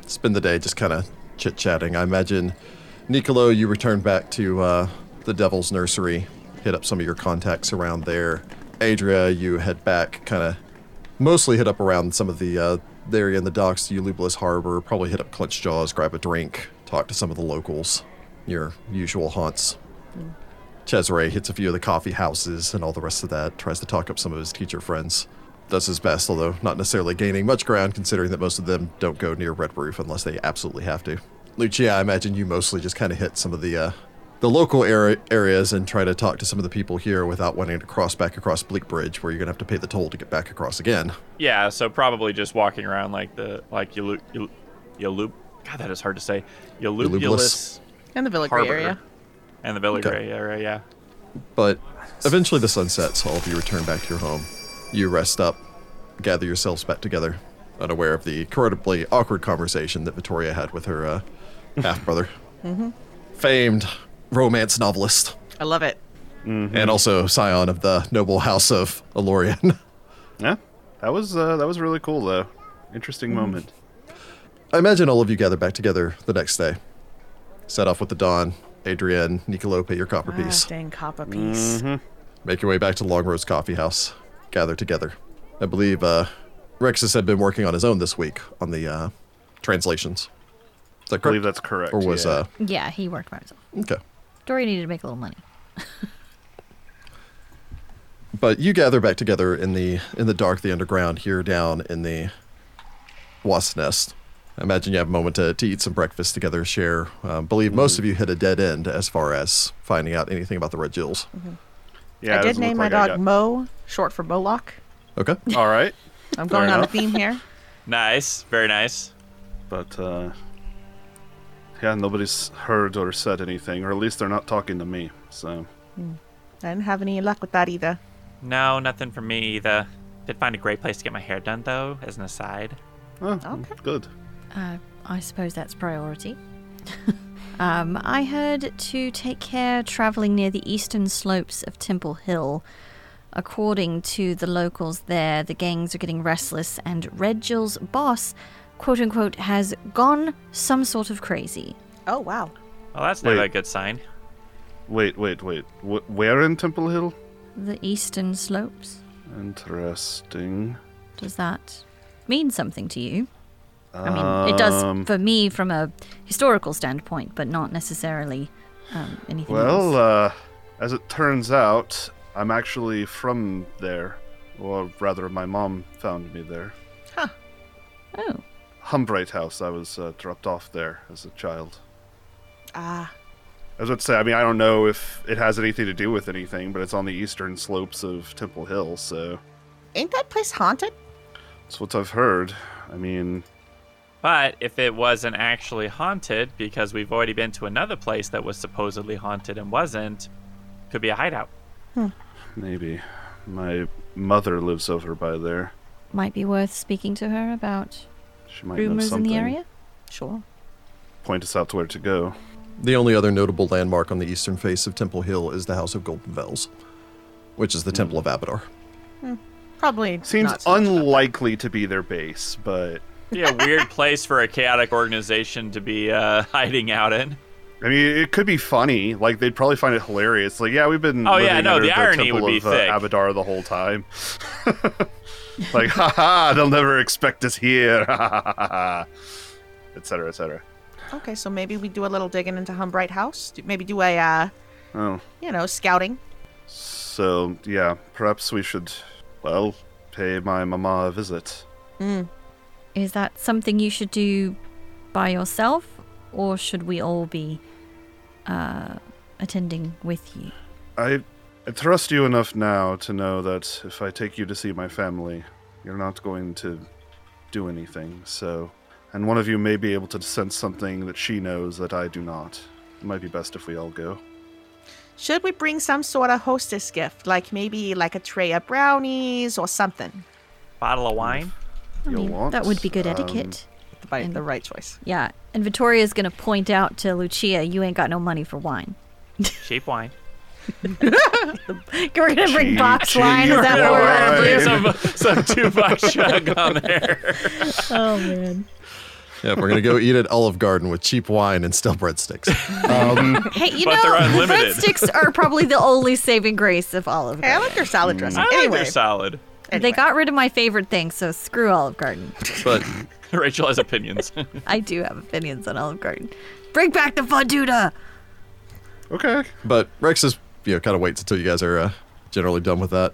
A: spend the day just kind of chit chatting. I imagine, Nicolo, you return back to uh, the Devil's Nursery, hit up some of your contacts around there. Adria, you head back, kind of mostly hit up around some of the, uh, the area in the docks, the Eulubilis Harbor, probably hit up Clenched Jaws, grab a drink, talk to some of the locals, your usual haunts. Cesare hits a few of the coffee houses and all the rest of that, tries to talk up some of his teacher friends. Does his best, although not necessarily gaining much ground, considering that most of them don't go near Red Roof unless they absolutely have to. Lucia, I imagine you mostly just kind of hit some of the uh, the local area, areas and try to talk to some of the people here without wanting to cross back across Bleak Bridge, where you're gonna have to pay the toll to get back across again.
E: Yeah, so probably just walking around like the like you loop. God, that is hard to say. Eulubulus
F: In the Villagry
E: Harbor
F: area.
E: and the Villagray
A: Okay.
E: area. Yeah.
A: But eventually the sun sets, all of you return back to your home. You rest up, gather yourselves back together, unaware of the incredibly awkward conversation that Vittoria had with her uh, half brother. Famed romance novelist,
F: I love it.
A: and also scion of the noble house of Elorian. [LAUGHS]
B: Yeah. That was uh, that was really cool though.
A: Mm.
B: Interesting moment.
A: I imagine all of you gather back together the next day. Set off with the dawn. Adrian, Nicolo, pay your copper piece.
F: Ah, dang copper
B: Mm-hmm.
F: piece.
A: Make your way back to Longrose Coffee House. Gather together. I believe uh, Rexus had been working on his own this week on the uh, translations. that correct?
B: I believe that's correct.
A: or was
B: yeah.
A: uh
H: Yeah, he worked by himself.
A: okay.
H: Dory needed to make a little money.
A: But you gather back together in the in the dark, the underground here down in the wasp nest. I imagine you have a moment to, to eat some breakfast together, share. Um, believe most
B: Mm-hmm.
A: of you hit a dead end as far as finding out anything about the Red Jills.
B: yeah,
F: I
B: it
F: did
B: doesn't look
F: name my
B: like I
F: dog Mo, short for Moloch.
A: Okay.
B: got- All right,
F: I'm
B: Fair
F: going on a
B: enough.
F: theme here.
E: Nice, very nice.
B: but uh, yeah, nobody's heard or said anything, or at least they're not talking to me. So
F: I didn't have any luck with that either.
E: No, nothing from me either. Did find a great place to get my hair done though, as an aside.
B: oh,
F: Okay.
B: good.
H: Uh, I suppose that's priority. [LAUGHS] um, I heard to take care traveling near the eastern slopes of Temple Hill. According to the locals there, the gangs are getting restless, and Red Jill's boss, quote unquote, has gone some sort of crazy.
F: Oh wow.
E: Well, that's never
B: Wait.
E: a good sign.
B: Wait, wait, wait. Wh- where in Temple Hill?
H: The eastern slopes?
B: Interesting.
H: Does that mean something to you? I mean, it does
B: Um,
H: for me from a historical standpoint, but not necessarily um, anything
B: Well,
H: else.
B: uh, as it turns out, I'm actually from there, or rather, my mom found me there.
H: Oh.
B: Humbrite House. I was uh, dropped off there as a child.
F: Ah,
B: I was about to say, I mean, I don't know if it has anything to do with anything, but it's on the eastern slopes of Temple Hill, so
F: ain't that place haunted?
B: that's what I've heard. I mean,
E: But if it wasn't actually haunted, because we've already been to another place that was supposedly haunted and wasn't, could be a hideout.
B: maybe. My mother lives over by there.
H: might be worth speaking to her about
B: She might know
H: rumors in
B: something.
H: the area.
F: Sure.
B: Point us out to where to go.
A: The only other notable landmark on the eastern face of Temple Hill is the House of Golden Bells, which is the Temple of Abadar.
F: Probably
B: Seems
F: not so much about that.
B: unlikely to be their base, but
E: Be a weird place for a chaotic organization to be uh, [LAUGHS] hiding out in.
B: I mean, it could be funny. Like they'd probably find it hilarious. Like, yeah, we've been
E: Oh, yeah,
B: living
E: no,
B: under
E: the irony
B: temple
E: would be
B: of, uh,
E: thick.
B: Abadar the whole time. [LAUGHS] like, [LAUGHS] haha, they'll never expect us here, [LAUGHS] etc., etc.
F: Okay, so maybe we do a little digging into Humbright House. Do- Maybe do a, uh,
B: Oh,
F: you know, scouting.
B: so yeah, perhaps we should, well, pay my mama a visit.
H: Is that something you should do by yourself, or should we all be uh, attending with you?
B: I, I trust you enough now to know that if I take you to see my family, you're not going to do anything. So, and one of you may be able to sense something that she knows that I do not. It might be best if we all go.
F: Should we bring some sort of hostess gift, like maybe like a tray of brownies or something?
E: Bottle of wine?
H: I
B: You'll
H: mean,
B: want,
H: that would be good
B: um,
H: etiquette.
F: The, bi-
H: And-
F: the right choice.
H: Yeah, and Vittoria's gonna point out to Lucia, you ain't got no money for wine. [LAUGHS]
E: Cheap wine.
H: We're gonna bring
B: Cheap,
H: box
B: cheap
H: wine. Is that
B: wine.
H: what we're
B: Alright.
E: Bring some, [LAUGHS] some two buck chug on there.
H: Oh man.
A: Yeah, we're gonna go eat at Olive Garden with cheap wine and stale breadsticks.
E: [LAUGHS]
H: Hey, you
E: But
H: know,
E: they're
H: the
E: unlimited.
H: breadsticks are probably the only saving grace of Olive
F: Hey, I
H: Garden.
F: like their salad dressing.
E: I think
F: anyway,
E: they're solid. [LAUGHS]
F: anyway.
H: They got rid of my favorite thing, so screw Olive
F: [LAUGHS]
H: Garden.
A: [LAUGHS] But
E: Rachel
A: [LAUGHS]
E: has opinions.
H: I do have opinions on Olive Garden. Bring back the fonduta.
B: um, Okay.
A: but Rex is you know kind of waits until you guys are uh, generally done with that.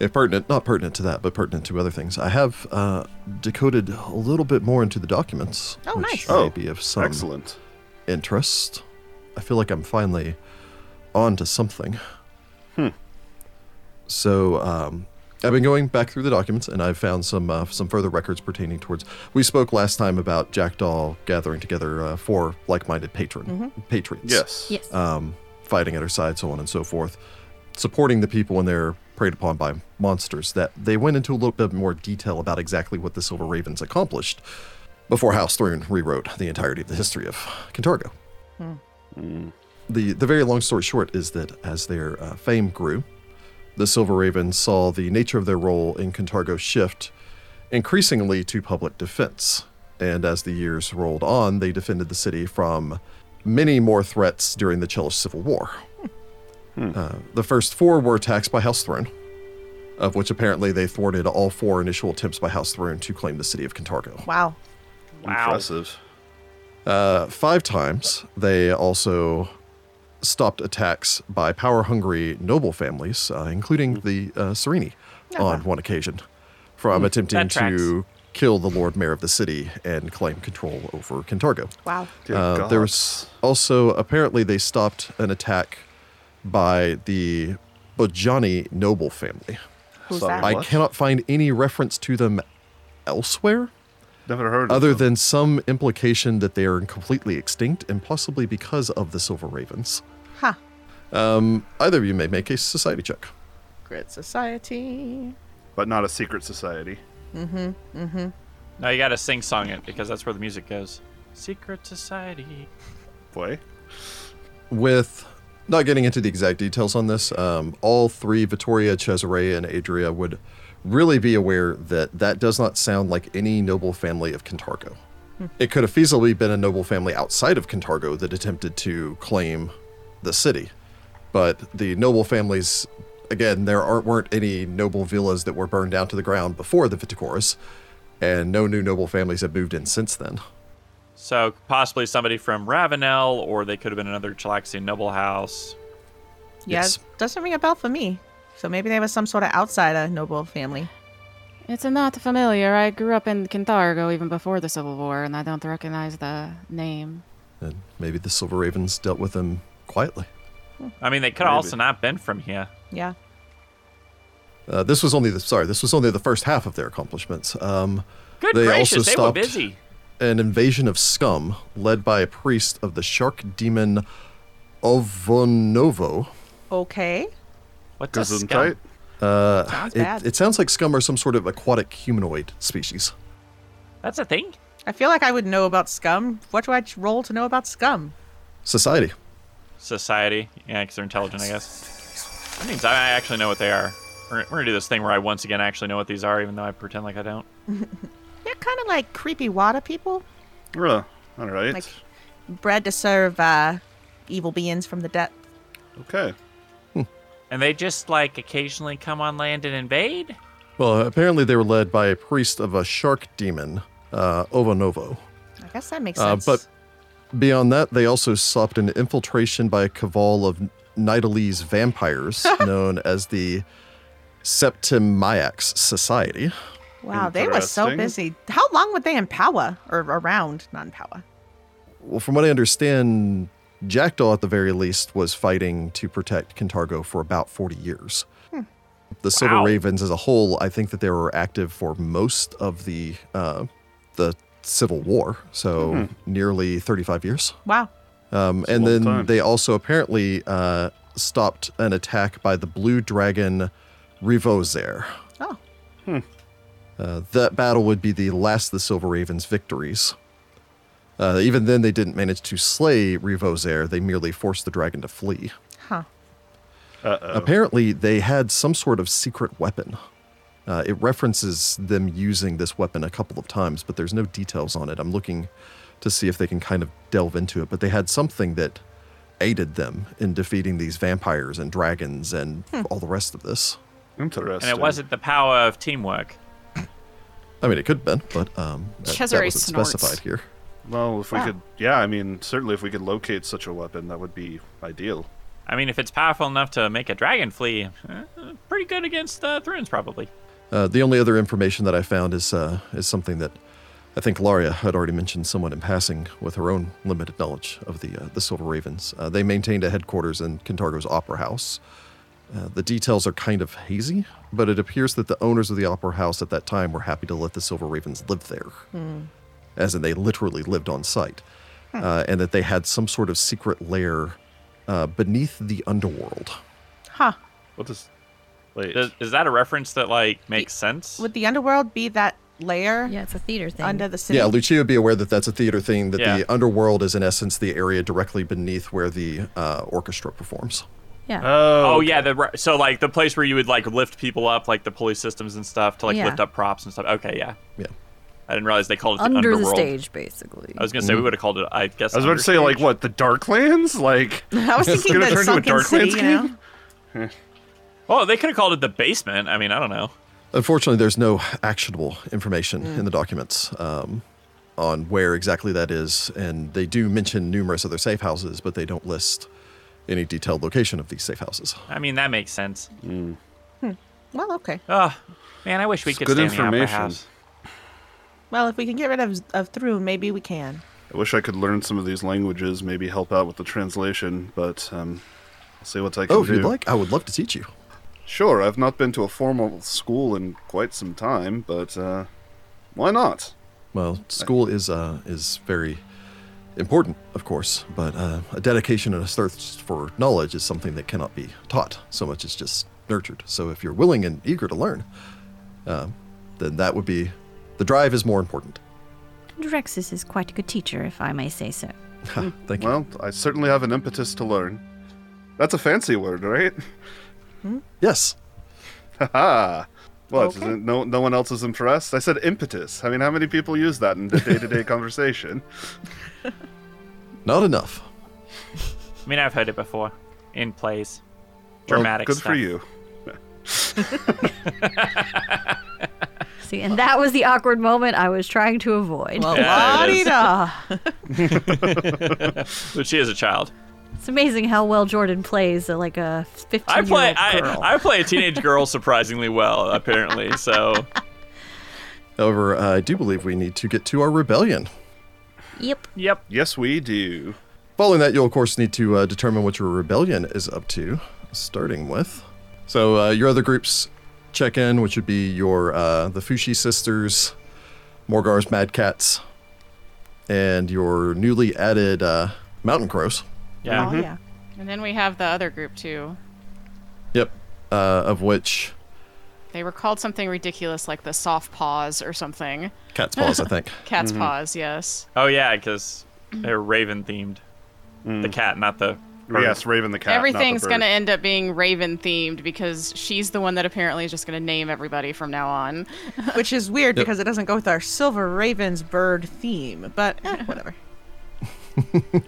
A: If pertinent, not pertinent to that, but pertinent to other things. I have uh, decoded a little bit more into the documents,
F: Oh,
A: which
F: nice.
A: may
B: Oh,
A: be of some
B: Excellent.
A: interest. I feel like I'm finally on to something. Hmm. So um, I've been going back through the documents, and I've found some uh, some further records pertaining towards. We spoke last time about Jackdaw gathering together uh, four like-minded patron patriots.
B: Yes.
H: Yes.
A: Um, fighting at her side, so on and so forth, supporting the people when they're preyed upon by monsters. That they went into a little bit more detail about exactly what the Silver Ravens accomplished before House Thrune rewrote the entirety of the history of Cantargo the the very long story short is that as their uh, fame grew, the Silver Ravens saw the nature of their role in Cantargo shift increasingly to public defense. And as the years rolled on, they defended the city from many more threats during the Chelish Civil War. Uh, the first four were attacks by House Throne, of which apparently they thwarted all four initial attempts by House Throne to claim the city of Cantargo.
F: Wow.
E: Wow.
B: Impressive.
A: Uh, five times, they also stopped attacks by power hungry noble families, uh, including the uh, Sereni on one occasion, from attempting
E: Hmm. That tracks.
A: to kill the Lord Mayor of the city and claim control over Kintargo.
F: Wow.
B: Dear
A: Uh,
B: God.
A: there was also apparently they stopped an attack by the Bojani noble family.
F: Who's
B: So
F: that?
A: I
B: What?
A: cannot find any reference to them elsewhere,
B: never heard
A: other
B: of them.
A: than some implication that they are completely extinct and possibly because of the Silver Ravens.
F: Huh.
A: Either of you may make a society check.
F: Grid Society.
B: but not a secret society.
E: No, you gotta sing song it because that's where the music goes. Secret society.
B: Boy,
A: With not getting into the exact details on this, um, all three Vittoria, Cesare, and Adria would really be aware that that does not sound like any noble family of Cantargo. It could have feasibly been a noble family outside of Cantargo that attempted to claim the city, but the noble families, again, there aren't, weren't any noble villas that were burned down to the ground before the Viticoris, and no new noble families have moved in since then.
E: So possibly somebody from Ravenel, or they could have been another Chalaxian noble house.
F: Yeah,
A: Yes.
F: doesn't ring a bell for me. So maybe they were some sort of outsider noble family.
D: It's not familiar. I grew up in Kintargo even before the Civil War, and I don't recognize the name.
A: And maybe the Silver Ravens dealt with them quietly.
E: I mean, they could have also not been from here.
F: Yeah.
A: Uh, this was only the sorry. This was only the first half of their accomplishments. Um,
E: Good
A: They
E: gracious,
A: also
E: they were
A: stopped-
E: busy.
A: an invasion of scum led by a priest of the shark demon Ovonovo.
F: Okay.
E: What does
B: Gesundheit.
E: scum?
A: Uh,
F: Sounds
A: it,
F: bad.
A: it sounds like scum are some sort of aquatic humanoid species.
E: That's a thing.
F: I feel like I would know about scum. What do I roll to know about scum?
A: Society.
E: Society. Yeah, because they're intelligent, I guess. That means I I actually know what they are. We're, we're gonna do this thing where I once again actually know what these are, even though I pretend like I don't.
F: They're kind of like creepy water people,
B: Really? All right.
F: Like- bred to serve uh, evil beings from the depth.
B: okay.
E: And they just like occasionally come on land and invade.
A: Well, apparently they were led by a priest of a shark demon, uh, Ovonovo.
F: I guess that makes
A: Uh,
F: sense.
A: but beyond that, they also stopped an infiltration by a cabal of Nidalese vampires known as the Septimiax Society.
F: wow, they were so
B: Interesting.
F: busy. How long were they in power or around? Not in power.
A: Well, from what I understand, Jackdaw at the very least was fighting to protect Cantargo for about 40 years.
B: Hmm.
A: The Silver
E: Wow.
A: Ravens as a whole, I think that they were active for most of the uh, the Civil War, so nearly 35 years.
F: Wow.
A: Um, and
B: Hmm. long
A: then
B: time.
A: they also apparently uh, stopped an attack by the Blue Dragon Revozer.
F: Oh,
A: Uh, that battle would be the last of the Silver Raven's victories. Uh, even then, they didn't manage to slay Revozair, they merely forced the dragon to flee.
F: huh.
A: Apparently, they had some sort of secret weapon. Uh, it references them using this weapon a couple of times, but there's no details on it. I'm looking to see if they can kind of delve into it, but they had something that aided them in defeating these vampires and dragons and all the rest of this.
B: Interesting.
E: And it wasn't the power of teamwork.
A: I mean, it could have been, but um, that, that
D: Cesare
A: wasn't
D: snorts.
A: specified here.
B: Well, if we
F: Wow.
B: could, yeah, I mean, certainly if we could locate such a weapon, that would be ideal.
E: I mean, if it's powerful enough to make a dragon flee, eh, pretty good against uh, Thrones, probably.
A: Uh, the only other information that I found is uh, is something that I think Laria had already mentioned somewhat in passing with her own limited knowledge of the uh, the Silver Ravens. Uh, they maintained a headquarters in Cantargo's Opera House. Uh, the details are kind of hazy, but it appears that the owners of the Opera House at that time were happy to let the Silver Ravens live there, as in they literally lived on site, uh, and that they had some sort of secret lair uh, beneath the underworld.
F: Huh.
B: What does? Wait.
E: Is, is that a reference that like makes sense?
F: Would the underworld be that layer
H: Yeah, it's a theater thing.
F: under the city?
A: Yeah, Lucia would be aware that that's a theater thing, that
E: Yeah.
A: the underworld is in essence the area directly beneath where the uh, orchestra performs.
H: yeah.
B: oh,
E: Oh yeah, the re- so like the place where you would like lift people up, like the pulley systems and stuff, to like
H: Yeah.
E: lift up props and stuff. Okay, yeah.
A: Yeah.
E: I didn't realize they called it the
H: Under the
E: underworld.
H: stage, basically.
E: I was gonna say we would have called it. I guess.
B: Mm-hmm. I was about to say, like, what the Darklands? Like,
F: [LAUGHS]
B: [LAUGHS]
F: I was thinking
B: gonna
F: the
B: turn into a
F: sunken city,
B: Darklands
F: you know?
B: game?
E: Oh, they could have called it the basement. I mean, I don't know.
A: Unfortunately, there's no actionable information in the documents. Um, on where exactly that is, and they do mention numerous other safe houses, but they don't list any detailed location of these safe houses.
E: I mean, that makes sense.
B: Mm.
F: Well, okay.
E: Oh, man, I wish we
B: It's
E: could
B: good
E: stay in the opera
B: information.
E: house.
F: Well, if we can get rid of of Thrun, maybe
B: [LAUGHS]
F: we can.
B: I wish I could learn some of these languages, maybe help out with the translation, but um, I'll see what I can
A: Oh, if
B: do.
A: you'd like, I would love to teach you.
B: Sure, I've not been to a formal school in quite some time, but uh, why not?
A: Well, school is uh, is very important, of course, but uh, a dedication and a thirst for knowledge is something that cannot be taught so much as just nurtured. So, if you're willing and eager to learn, uh, then that would be the drive is more important.
H: Drexus is quite a good teacher, if I may say so.
A: Ha, Thank you.
B: Well, I certainly have an impetus to learn. That's a fancy word, right?
A: Yes,
B: Haha. What?
F: Okay.
B: isn't- No, no one else is impressed. I said impetus. I mean, how many people use that
E: [LAUGHS]
B: in the day-to-day conversation?
A: not enough.
E: I mean, I've heard it before in plays.
B: Well,
E: Dramatic
B: good for
E: stuff.
B: you.
H: See, and that was the awkward moment I was trying to avoid.
F: Well,
E: Yeah, it is.
F: la-di-da.
B: [LAUGHS]
E: But she is a child.
H: it's amazing how well Jordan plays uh, like a 15
E: I play
H: year old girl.
E: I, I play a teenage girl surprisingly well, apparently. So
A: However, I do believe we need to get to our rebellion.
H: yep.
E: yep.
B: Yes, we do.
A: Following that, you'll of course need to uh, determine what your rebellion is up to, starting with. So uh, your other groups check in, which would be your uh, the Fushi sisters, Morgar's Mad Cats, and your newly added uh, Mountain Crows.
E: Yeah.
F: Oh, yeah.
D: And then we have the other group too.
A: Yep. Uh, of which
D: They were called something ridiculous like the soft paws or something.
A: Cat's Paws, I think.
D: Cat's
E: Mm-hmm.
D: paws, yes.
E: Oh yeah, because they're raven themed.
B: Mm.
E: The cat, not the. bird.
B: Yes, Raven the cat. not the
D: Everything's
B: bird.
D: going to end up being Raven themed because she's the one that apparently is just going to name everybody from now on.
F: Which is weird
A: Yep.
F: because it doesn't go with our Silver Ravens bird theme, but eh, whatever.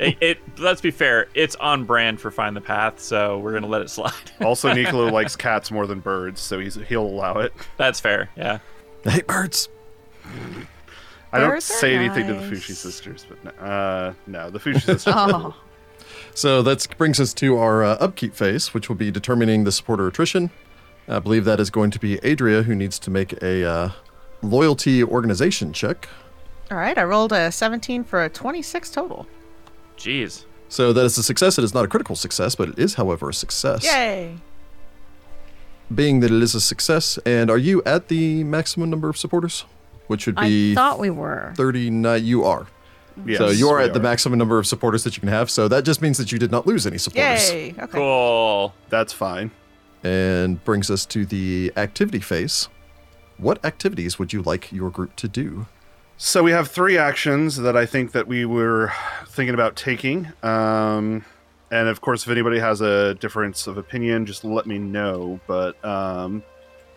E: It, it. Let's be fair. It's on brand for Find the Path, so we're gonna let it slide. [LAUGHS]
F: [LAUGHS]
B: Also, Nicolo likes cats more than birds, so he's, he'll allow it.
E: That's fair. Yeah.
A: I hate birds.
B: I don't
F: Birds are
B: say anything to the
F: nice.
B: Fushi sisters, but no, uh, no the
F: [LAUGHS]
B: Fushi sisters.
F: Oh,
A: So that brings us to our uh, upkeep phase, which will be determining the supporter attrition. I believe that is going to be Adria, who needs to make a uh, loyalty organization check.
F: all right. I rolled a 17 for a 26 total.
E: Jeez.
A: So that is a success. It is not a critical success, but it is, however, a success.
F: Yay!
A: Being that it is a success, and are you at the maximum number of supporters? Which would
H: I
A: be
H: thought we were.
A: 39. You are.
B: Yes,
A: so you are
B: we
A: at the maximum number of supporters that you can have. So that just means that you did not lose any supporters.
F: Yay! Okay.
E: Cool.
B: That's fine.
A: And brings us to the activity phase. What activities would you like your group to do?
B: So we have three actions that I think that we were thinking about taking. Um, and of course, if anybody has a difference of opinion, just let me know. But um,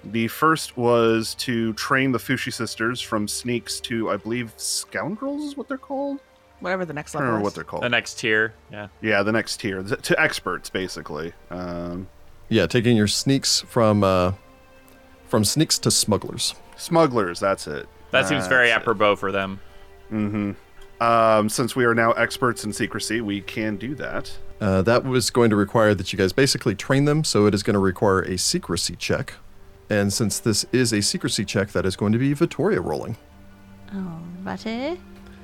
B: the first was to train the Fushi sisters from sneaks to, I believe, scoundrels is what they're called.
F: Whatever the next
B: I don't
F: level
B: remember
F: is.
B: what they're called.
E: The next tier. Yeah.
B: yeah, the next tier th- to experts, basically. Um,
A: Yeah, taking your sneaks from uh, from sneaks to smugglers.
B: smugglers. That's it. Uh,
E: That seems very
B: That's it.
E: apropos for them.
B: Um, since we are now experts in secrecy, we can do that.
A: Uh, that was going to require that you guys basically train them, so it is going to require a secrecy check. And since this is a secrecy check, that is going to be Vittoria rolling.
H: Oh, Alrighty.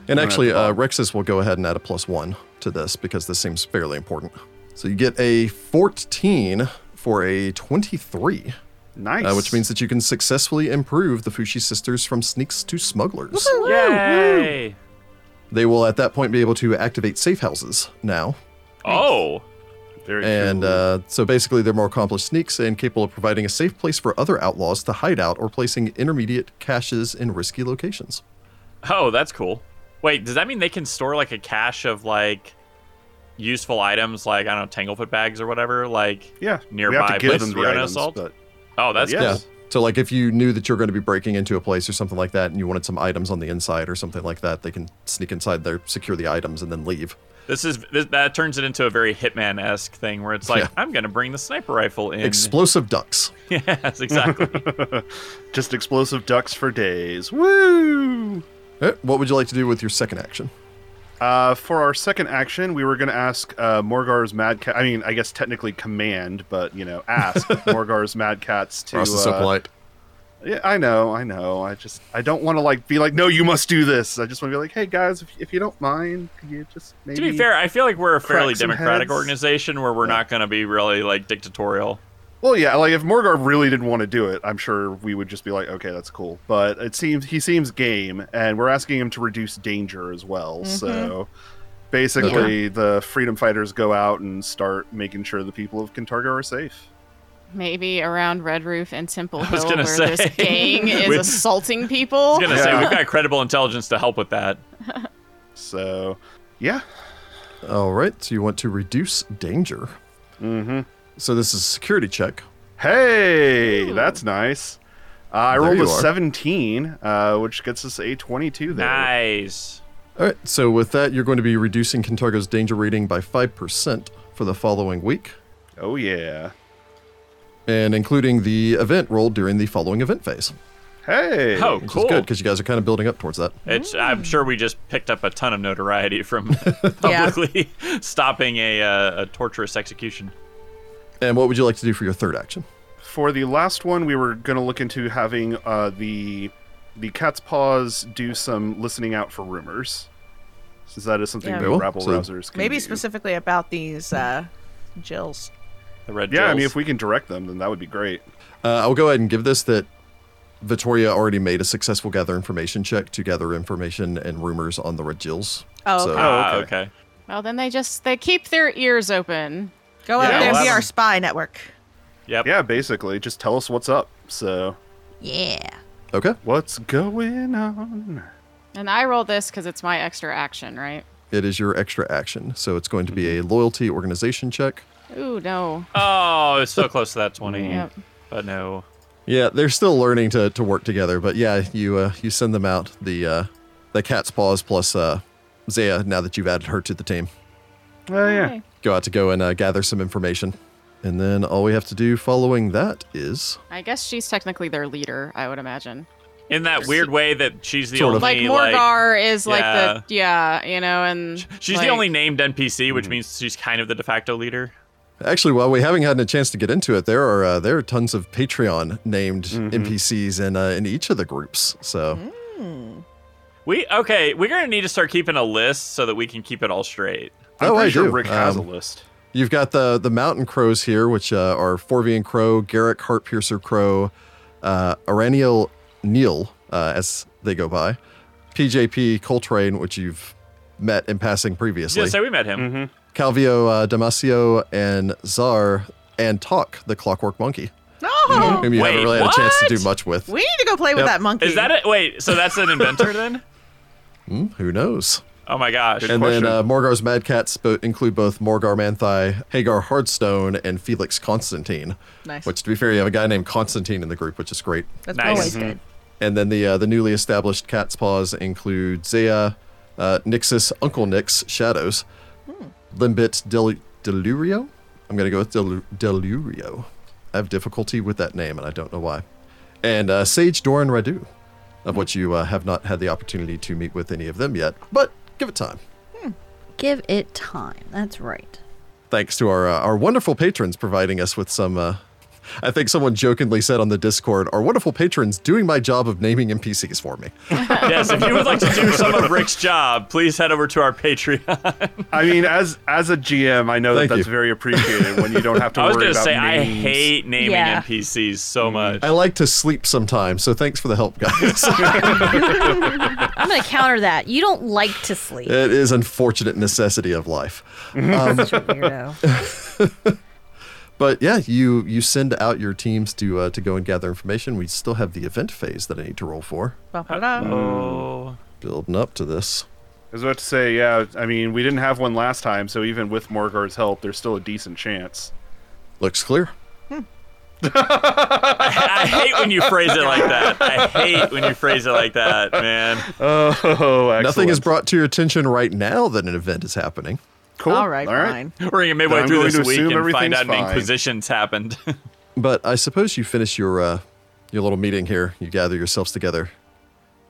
A: And
B: Alright,
A: actually, uh, Rexus will go ahead and add a plus one to this because this seems fairly important. So you get a 14 for a 23,
B: Nice.
A: uh, which means that you can successfully improve the Fushi sisters from sneaks to smugglers.
E: Yay.
A: They will at that point be able to activate safe houses now.
E: Oh.
B: very
A: And
B: cool.
A: uh, so basically, they're more accomplished sneaks and capable of providing a safe place for other outlaws to hide out or placing intermediate caches in risky locations.
E: Oh, that's cool. Wait, does that mean they can store like a cache of like useful items, like I don't know, tanglefoot bags or whatever? Like
B: yeah, we have
E: nearby
B: to give
E: places
B: them the
E: we're gonna
B: items,
E: assault?
B: but
E: Oh, that's
B: Yeah.
E: cool.
A: Yeah. So, like, if you knew that you're going to be breaking into a place or something like that, and you wanted some items on the inside or something like that, they can sneak inside there, secure the items, and then leave.
E: This is this, that turns it into a very hitman esque thing where it's like
A: Yeah.
E: I'm gonna bring the sniper rifle in.
A: Explosive ducks.
E: [LAUGHS]
B: [LAUGHS]
E: yes, exactly.
B: just explosive ducks for days. Woo!
A: All right, Eh, what would you like to do with your second action?
B: Uh, for our second action, we were going to ask uh, Morgar's Mad Cat. I mean, I guess technically command, but you know,
A: [LAUGHS]
B: ask Morgar's Mad Cats to.
A: Ross is so
B: uh,
A: polite.
B: Yeah, I know, I know. I just I don't want to like be like, no, you must do this. I just want to be like, hey guys, if, if you don't mind, could you just maybe?
E: To be fair, I feel like we're a fairly
B: crack some
E: democratic
B: heads.
E: organization where we're not going to be really like dictatorial.
B: Well, yeah, like if Morgar really didn't want to do it, I'm sure we would just be like, okay, that's cool. But it seems he seems game, and we're asking him to reduce danger as well. So basically, the freedom fighters go out and start making sure the people of Kintargo are safe.
D: Maybe around Red Roof and
E: [LAUGHS]
D: Temple
E: was
D: Hill,
E: gonna
D: where
E: say.
D: this
E: [LAUGHS]
D: gang is
E: We-
D: assaulting
E: I
D: people.
E: was going to say
B: Yeah.
E: we've got credible intelligence to help with that.
B: So, yeah,
A: All right, so you want to reduce danger. Mm-hmm. So this is a security check.
B: hey, that's nice. Uh, I
A: There
B: rolled
A: you
B: a
A: are.
B: 17, uh, which gets us a 22 there.
E: Nice.
A: All right, so with that, you're going to be reducing Kintargo's danger rating by 5% for the following week,
B: Oh yeah.
A: and including the event rolled during the following event phase.
B: Hey.
E: Oh,
A: Which
E: cool.
A: is good because you guys are kind of building up towards that.
E: It's. I'm sure we just picked up a ton of notoriety from
B: [LAUGHS]
E: publicly [LAUGHS] stopping a, uh, a torturous execution.
A: And what would you like to do for your third action?
B: For the last one, we were going to look into having uh, the the cat's paws do some listening out for rumors, since that is something
F: Yeah.
B: that
A: Cool.
B: rabble
A: So-
B: rousers can
F: Maybe
B: do.
F: specifically about these uh, Jills.
E: The red.
B: Yeah, I mean,
E: Jills.
B: if we can direct them, then that would be great.
A: Uh, I'll go ahead and give this that Vittoria already made a successful gather information check to gather information and rumors on the Red Jills.
F: Oh,
A: So-
F: okay.
E: Ah,
B: Oh,
E: okay.
D: Well, then they just they keep their ears open.
F: Go out
E: Yeah,
F: there
E: well,
F: and be
E: I'm-
F: our spy network.
E: Yep.
B: Yeah, basically, just tell us what's up. So,
H: Yeah.
A: Okay.
B: what's going on?
D: And I roll this because it's my extra action, right?
A: It is your extra action. So it's going to be a loyalty organization check.
D: Ooh, no.
E: Oh, it's so close to that twenty.
D: [LAUGHS] Yep.
E: But no.
A: Yeah, they're still learning to, to work together, but yeah, you uh, you send them out the uh, the cat's paws plus uh, Zaya. Now that you've added her to the team,
B: Oh yeah.
D: Okay.
A: go out to go and uh, gather some information, and then all we have to do following that is
D: I guess she's technically their leader, I would imagine.
E: In that weird way that she's the
A: Sort of.
E: only
D: Like Morgar is like
E: yeah.
D: the yeah, you know, and
E: She's
D: like-
E: the only named NPC,
B: Hmm.
E: which means she's kind of the de facto leader.
A: actually while we haven't had a chance to get into it, there are uh, there are tons of Patreon named NPCs in uh, in each of the groups. So
E: We okay. We're gonna need to start keeping a list so that we can keep it all straight.
B: I'm
A: Oh,
B: pretty
A: I
B: sure
A: do.
B: Rick has
A: Um,
B: a list.
A: You've got the the mountain crows here, which uh, are Forvian crow, Garrick Heartpiercer crow, uh, Aranial Neil, uh, as they go by, PJP Coltrane, which you've met in passing previously,
E: Yeah, so we met him.
B: Mm-hmm.
A: Calvio uh, Damasio, and Czar, and Talk, the Clockwork Monkey,
F: No, Mm-hmm.
A: whom you haven't
E: Wait,
A: really had a chance to do
E: what?
A: much with.
F: we need to go play with
A: Yep.
F: that monkey.
E: Is that it? Wait, so that's an inventor [LAUGHS] then?
A: Hmm, who knows?
E: Oh my gosh.
B: Good
A: And
B: question.
A: then uh, Morgar's Mad Cats bo- include both Morgar Manthi, Hagar Hardstone, and Felix Constantine.
F: Nice.
A: Which, to be fair, you have a guy named Constantine in the group, which is great.
F: That's
E: Nice.
F: always
E: Mhm.
F: good.
A: And then the uh, the newly established cat's paws include Zaya, uh, Nixus, Uncle Nix, Shadows, Limbit Del- Delurio. I'm going to go with Del- Delurio. I have difficulty with that name, and I don't know why. And uh, Sage Doran Radu, of which you uh, have not had the opportunity to meet with any of them yet, but give it time.
H: Give it time. That's right.
A: Thanks to our uh, our wonderful patrons providing us with some. Uh, I think someone jokingly said on the Discord, "Our wonderful patrons doing my job of naming NPCs for me."
E: yes, if you would like to do some of Rick's job, please head over to our Patreon.
B: I mean, as as a GM, I know that
A: Thank
B: that's
A: you.
B: very appreciated when you don't have to
E: [LAUGHS] I was
B: worry
E: gonna
B: about
E: say I
B: names. Mm.
E: hate naming
H: Yeah.
E: NPCs so
B: [LAUGHS]
E: much.
A: I like to sleep sometimes, so thanks for the help, guys.
H: I'm going to counter that. You don't like to sleep.
A: it is unfortunate necessity of life.
H: Such a weirdo.
A: But yeah, you you send out your teams to uh, to go and gather information. We still have the event phase that I need to roll for.
F: Ba-ba-da.
E: Oh.
A: Building up to this.
B: I was about to say, yeah. I mean, we didn't have one last time, so even with Morgar's help, there's still a decent chance.
A: Looks clear.
E: I hate when you phrase it like that. I hate when you phrase it like that, man.
B: [LAUGHS] Oh, excellent.
A: Nothing is brought to your attention right now that an event is happening.
B: Cool.
F: All right, fine.
E: We're gonna midway
B: Then I'm
E: through
B: going
E: this
B: to
E: week
B: assume
E: and find
B: everything's
E: out an
B: fine.
E: inquisition's happened. [LAUGHS]
A: But I suppose you finish your uh, your little meeting here. You gather yourselves together,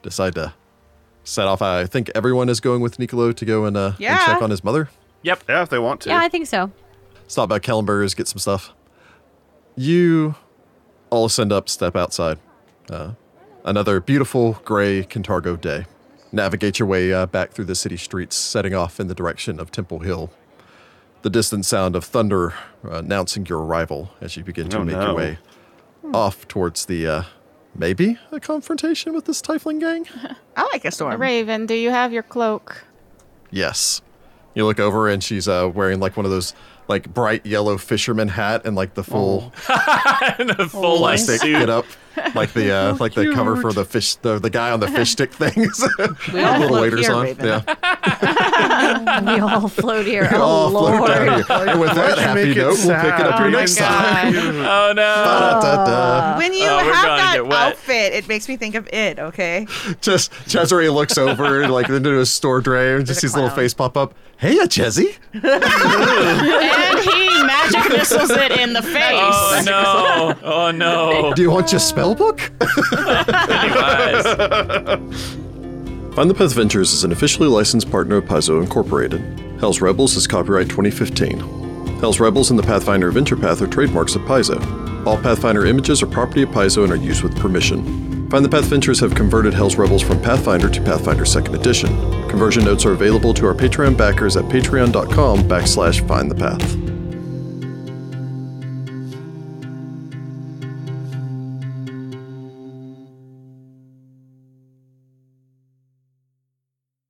A: decide to set off. I think everyone is going with Nicolo to go and, uh, and
F: Yeah.
A: check on his mother.
E: Yep.
B: Yeah, if they want to.
C: Yeah, I think so.
A: Stop by Kellenberger's, get some stuff. You all send up, step outside. Uh, another beautiful gray Cantargo day. Navigate your way uh, back through the city streets, setting off in the direction of Temple Hill. The distant sound of thunder uh, announcing your arrival as you begin to
B: Oh,
A: make
B: no.
A: your way off towards the uh, maybe a confrontation with this Tifling gang.
F: I like a storm.
D: Raven, do you have your cloak?
A: Yes. You look over and she's uh, wearing like one of those like bright yellow fisherman hat and like the
B: Oh.
A: full
E: and a full [LAUGHS] like
A: plastic get up like the uh, like the cover for the fish the, the guy on the fish stick things.
F: We all
A: [LAUGHS] Little
F: float
A: waiters
F: here,
A: on.
F: Raven.
A: Yeah.
H: we all float here.
A: all
H: Oh,
A: float
H: Lord.
A: down here. And with that happy
B: make it
A: note, we'll pick it up
B: sad?
A: here
B: Oh my
A: next time.
E: [LAUGHS] Oh no.
A: [LAUGHS] Da-da-da-da.
F: When you
E: Oh, we're
F: have
E: gonna
F: that
E: get wet.
F: outfit, it makes me think of it, okay?
A: Just Cesare looks over and like into his store tray and just
F: a
A: sees a little
F: clown.
A: face pop up. Hey, uh, Chezzy.
D: and he magic missiles it
E: [LAUGHS]
D: in the face.
E: Oh no. Oh no.
A: Do you want your spell book?
E: Anyways.
A: Find the Path Ventures is an officially licensed partner of Paizo Incorporated. Hell's Rebels is copyright 2015. Hell's Rebels and the Pathfinder Adventure Path are trademarks of Paizo. All Pathfinder images are property of Paizo and are used with permission. Find the Path Ventures have converted Hell's Rebels from Pathfinder to Pathfinder 2nd Edition. Conversion notes are available to our Patreon backers at patreon.com backslash find the path.